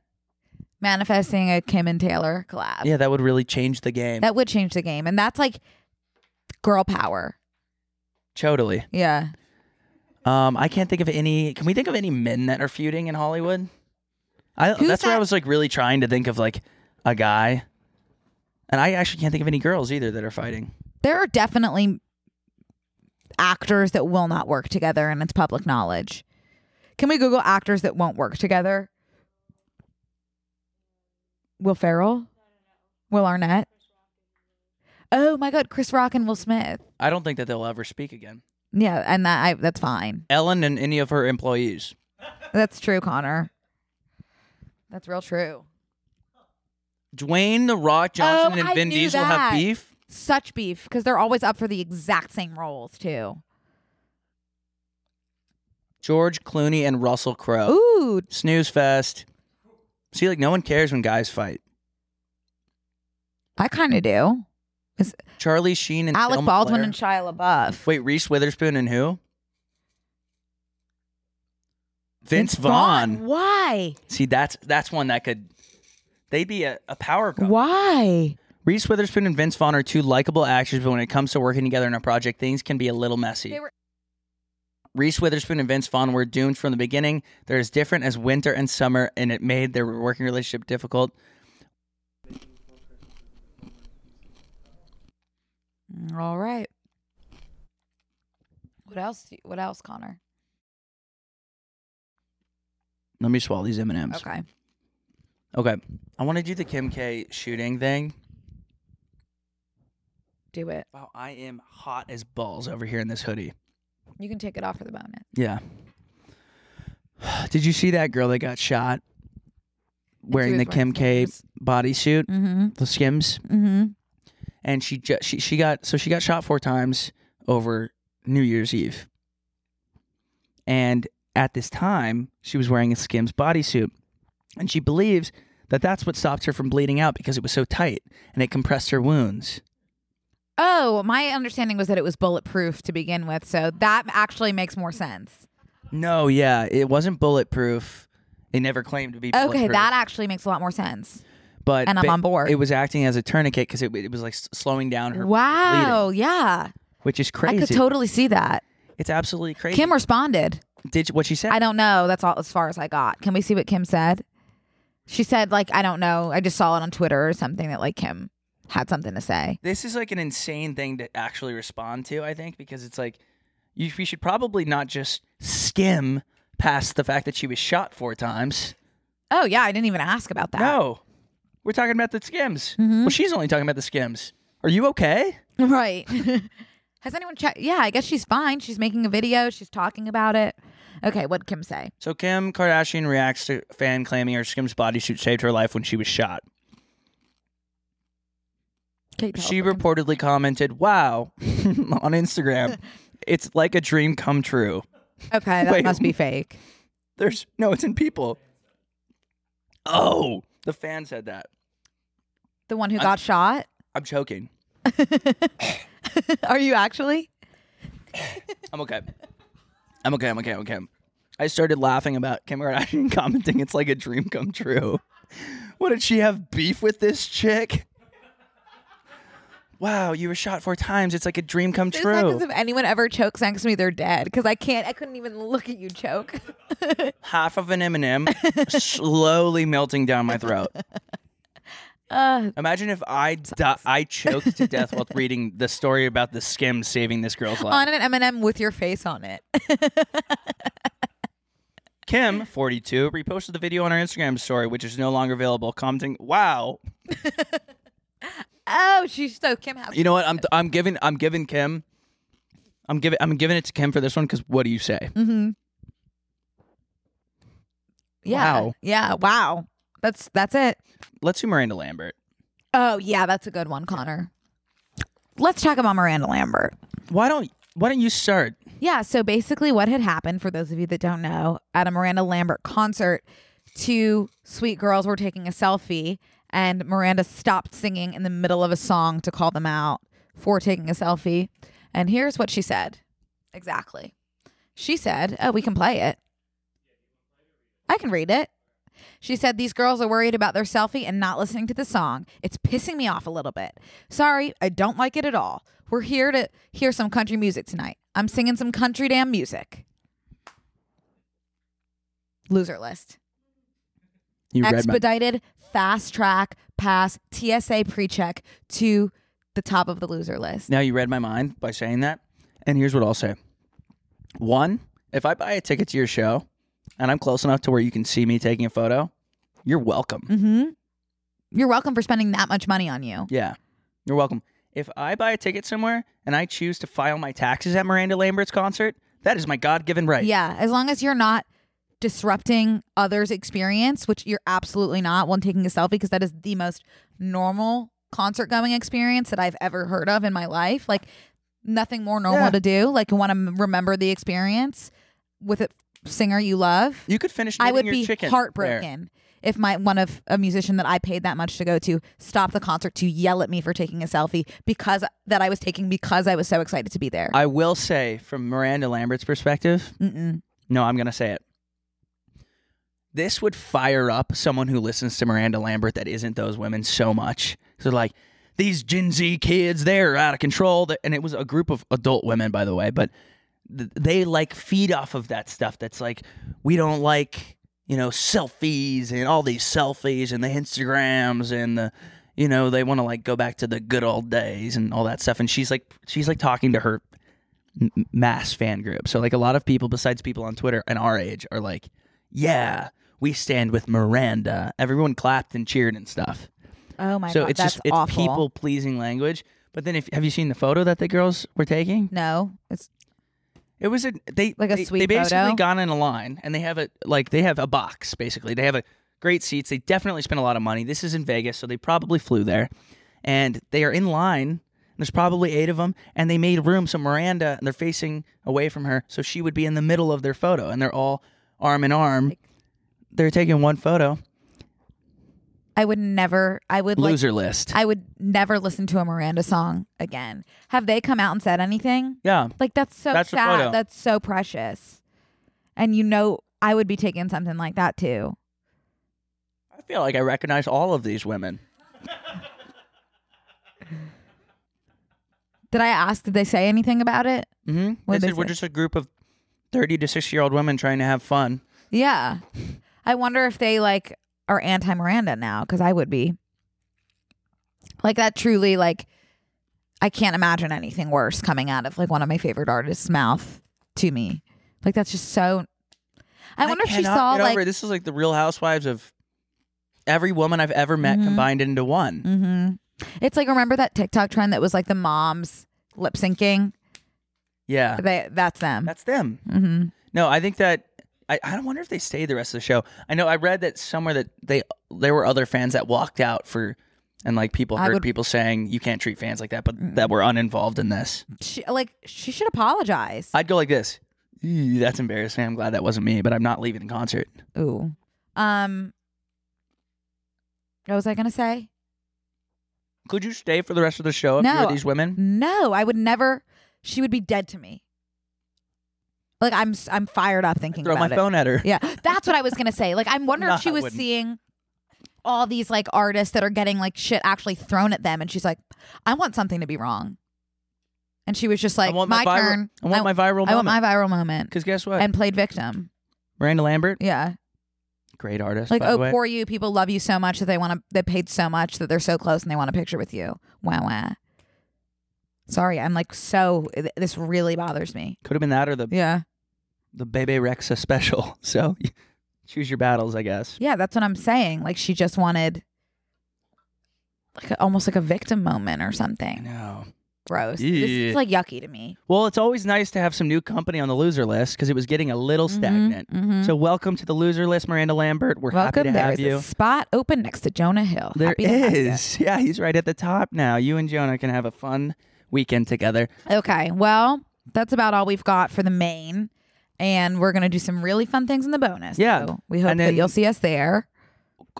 Manifesting a Kim and Taylor collab. Yeah, that would really change the game. That would change the game. And that's like girl power. totally. Yeah. Um, I can't think of any. Can we think of any men that are feuding in Hollywood? I, Who's that's where I that- was like really trying to think of like a guy, and I actually can't think of any girls either that are fighting. There are definitely actors that will not work together and it's public knowledge. Can we Google actors that won't work together? Will Ferrell? Will Arnett? Oh my god, Chris Rock and Will Smith. I don't think that they'll ever speak again. Yeah, and that I, that's fine. Ellen and any of her employees. That's true, Connor. That's real true. Dwayne the Rock Johnson Oh, and I Vin knew Diesel have that. beef. Such beef because they're always up for the exact same roles too. George Clooney and Russell Crowe. Ooh, Snooze fest. See, like no one cares when guys fight. I kind of do. Charlie Sheen and Alec Thelma Baldwin Blair. and Shia LaBeouf. Uh, Wait, Reese Witherspoon and who? Vince, Vaughn. Vaughn. Why? See, that's that's one that could. They'd be a, a power couple. Why? Reese Witherspoon and Vince Vaughn are two likable actors, but when it comes to working together on a project, things can be a little messy. They were- Reese Witherspoon and Vince Vaughn were doomed from the beginning. They're as different as winter and summer, and it made their working relationship difficult. Mm, All right. What else? do you- What else, Connor? Let me swallow these M and M's. Okay. Okay. I want to do the Kim K shooting thing. Do it. Wow, I am hot as balls over here in this hoodie. You can take it off for the bonus. Yeah. Did you see that girl that got shot wearing was the Kim wearing K Skims. bodysuit, Mm-hmm. the Skims, Mm-hmm. and she ju- she she got so she got shot four times over New Year's Eve. And at this time, she was wearing a Skims bodysuit, and she believes that that's what stopped her from bleeding out because it was so tight and it compressed her wounds. Oh, my understanding was that it was bulletproof to begin with, so that actually makes more sense. No, yeah, it wasn't bulletproof. They never claimed to be bulletproof. Okay, that actually makes a lot more sense. but and I'm ba- on board. It was acting as a tourniquet because it, it was like s- slowing down her Wow. bleeding, Yeah. which is crazy. I could totally see that. it's absolutely crazy. Kim responded. did you- what she said? I don't know. That's all as far as I got. Can we see what Kim said? She said, like, I don't know. I just saw it on Twitter or something that like Kim had something to say. this is like an insane thing to actually respond to. I think because it's like you, we should probably not just skim past the fact that she was shot four times. Oh yeah, I didn't even ask about that. Mm-hmm. No, we're talking about the skims. Well, she's only talking about the skims. Are you okay? Right. Has anyone checked? Yeah, I guess she's fine. She's making a video. She's talking about it. Okay, what'd Kim say? So Kim Kardashian reacts to fan claiming her skims bodysuit saved her life when she was shot. Kate tell us She what Kim- reportedly commented, "Wow," on Instagram. it's like a dream come true. Okay, that Wait. must be fake. There's no, it's in people. Oh, the fan said that. The one who got shot? I'm choking. Are you actually? I'm okay. I'm okay. I'm okay. I'm okay. I started laughing about Kim Kardashian commenting, "It's like a dream come true." What did she have beef with this chick? Wow, you were shot four times. It's like a dream come Two true. seconds if anyone ever chokes next to me, they're dead. Because I can't I couldn't even look at you choke. Half of an M&M slowly melting down my throat. Uh, Imagine if I di- I choked to death while reading the story about the skim saving this girl's life. on an M&M with your face on it. Kim, 42, reposted the video on her Instagram story, which is no longer available, commenting, "Wow." oh, she's so Kim House. You know what? I'm I'm giving I'm giving Kim I'm giving I'm giving it to Kim for this one cuz what do you say? yeah, wow. yeah, wow. That's that's it. Let's do Miranda Lambert. Oh yeah, that's a good one, Connor. Let's talk about Miranda Lambert. Why don't why don't you start? Yeah, so basically what had happened for those of you that don't know, at a Miranda Lambert concert, two sweet girls were taking a selfie and Miranda stopped singing in the middle of a song to call them out for taking a selfie. And here's what she said. Exactly. She said, "Oh, we can play it. I can read it." She said these girls are worried about their selfie and not listening to the song. It's pissing me off a little bit. Sorry, I don't like it at all. We're here to hear some country music tonight. I'm singing some country damn music. Loser list. You Expedited fast track pass TSA pre-check to the top of the loser list. Now you read my mind by saying that. And here's what I'll say. One, if I buy a ticket to your show and I'm close enough to where you can see me taking a photo, you're welcome. Mm-hmm. You're welcome for spending that much money on you. Yeah. You're welcome. If I buy a ticket somewhere and I choose to file my taxes at Miranda Lambert's concert, that is my God given right. Yeah, as long as you're not disrupting others' experience, which you're absolutely not when taking a selfie, because that is the most normal concert going experience that I've ever heard of in my life. Like nothing more normal Yeah. to do. Like you want to remember the experience with a singer you love. You could finish I knitting would your be chicken there. heartbroken if my one of a musician that I paid that much to go to stopped the concert to yell at me for taking a selfie because that I was taking because I was so excited to be there. I will say, from Miranda Lambert's perspective, Mm-mm. no, I'm going to say it. This would fire up someone who listens to Miranda Lambert that isn't those women so much. So, like, these Gen Z kids, they're out of control. Th- And it was a group of adult women, by the way, but th- they like feed off of that stuff that's like, we don't like, you know, selfies and all these selfies and the Instagrams and the. You know, they want to like go back to the good old days and all that stuff. And she's like, she's like talking to her m- mass fan group. So like a lot of people besides people on Twitter and our age are like, yeah, we stand with Miranda. Everyone clapped and cheered and stuff. Oh my so god, it's that's just it's awful. people pleasing language. But then if have you seen the photo that the girls were taking? no, it's It was a they Like a they, sweet they basically photo? got in a line and they have a like they have a box basically. They have a great seats. They definitely spent a lot of money. This is in Vegas, so they probably flew there. And they are in line. There's probably eight of them, and they made room so Miranda and they're facing away from her, so she would be in the middle of their photo, and they're all arm in arm. They're taking one photo. I would never. I would like, Loser list. I would never listen to a Miranda song again. Have they come out and said anything? yeah. Like that's so That's the photo. sad. That's so precious. And you know, I would be taking something like that too. I feel like I recognize all of these women. Did I ask? Did they say anything about it? Mm-hmm. What'd they they said we're say? just a group of thirty to sixty year old women trying to have fun. Yeah. I wonder if they like are anti Miranda now because I would be. Like that truly like I can't imagine anything worse coming out of like one of my favorite artists' mouth to me. Like that's just so I wonder if she cannot saw get like over it. this is like the Real Housewives of every woman I've ever Mm-hmm. met combined into one. hmm It's like remember that TikTok trend that was like the moms lip syncing? Yeah, They that's them. that's them. hmm No, I think that I, I don't wonder if they stayed the rest of the show. I know I read that somewhere that they there were other fans that walked out for and like people I heard would- people saying you can't treat fans like that, but that were uninvolved in this. She, like she should apologize. I'd go like this. "Ew, That's embarrassing. I'm glad that wasn't me, but I'm not leaving the concert. Ooh. Um what was I gonna say? Could you stay for the rest of the show if you No. were these women? No, I would never. She would be dead to me. Like I'm, s- I'm fired up thinking Throw my about it. phone at her. Yeah, that's what I was gonna say. Like I'm wondering No, if she I was wouldn't. seeing all these like artists that are getting like shit actually thrown at them, and she's like, I want something to be wrong. And she was just like, I want my, my, viral, turn. I want my viral I want moment. my viral moment. Because guess what? And played victim. Miranda Lambert, Yeah. Great artist. Like, by the oh, way. poor you. People love you so much that they want to. They paid so much that they're so close and they want a picture with you. Wow, wow. Sorry, I'm like so. th- This really bothers me. Could have been that or the Yeah, the Bebe Rexa special. So choose your battles, I guess. yeah. That's what I'm saying. Like she just wanted, like a, almost like a victim moment or something. No. Gross. This Yeah. is like yucky to me. Well, it's always nice to have some new company on the loser list because it was getting a little stagnant. mhm. So welcome to the loser list, Miranda Lambert. We're happy Welcome. to There have is you. a spot open next to Jonah Hill. There Happy to have you. is. Yeah, he's right at the top now. You and Jonah can have a fun weekend together. Okay. Well, that's about all we've got for the main. And we're going to do some really fun things in the bonus. Yeah. So we hope And then- that you'll see us there.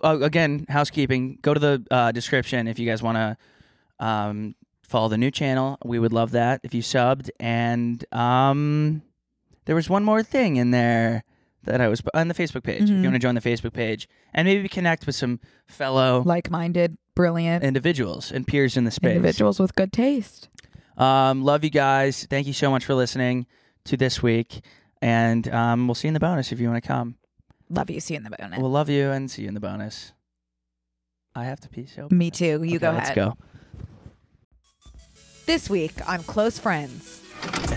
Uh, again, housekeeping. Go to the uh, description if you guys want to um, follow the new channel. We would love that if you subbed. And um, there was one more thing in there that I was on the Facebook page. Mm-hmm. If you want to join the Facebook page and maybe connect with some fellow Like minded, brilliant individuals and peers in the space. individuals with good taste. Um, love you guys. Thank you so much for listening to this week. And um, we'll see you in the bonus if you want to come. Love you. See you in the bonus. We'll love you and see you in the bonus. I have to pee so. Me too. You Okay, go Let's ahead. go. This week on Close Friends.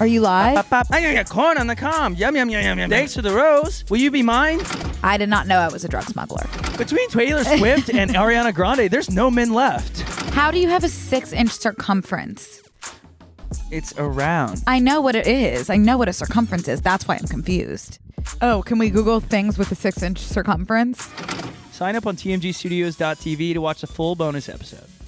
Are you live? Pop, pop. I got corn on the comm. Yum, yum, yum, yum, yum. Thanks for the rose. Will you be mine? I did not know I was a drug smuggler. Between Taylor Swift and Ariana Grande, there's no men left. How do you have a six inch circumference? It's around. I know what it is. I know what a circumference is. That's why I'm confused. Oh, can we Google things with a six inch circumference? Sign up on tmgstudios.tv to watch the full bonus episode.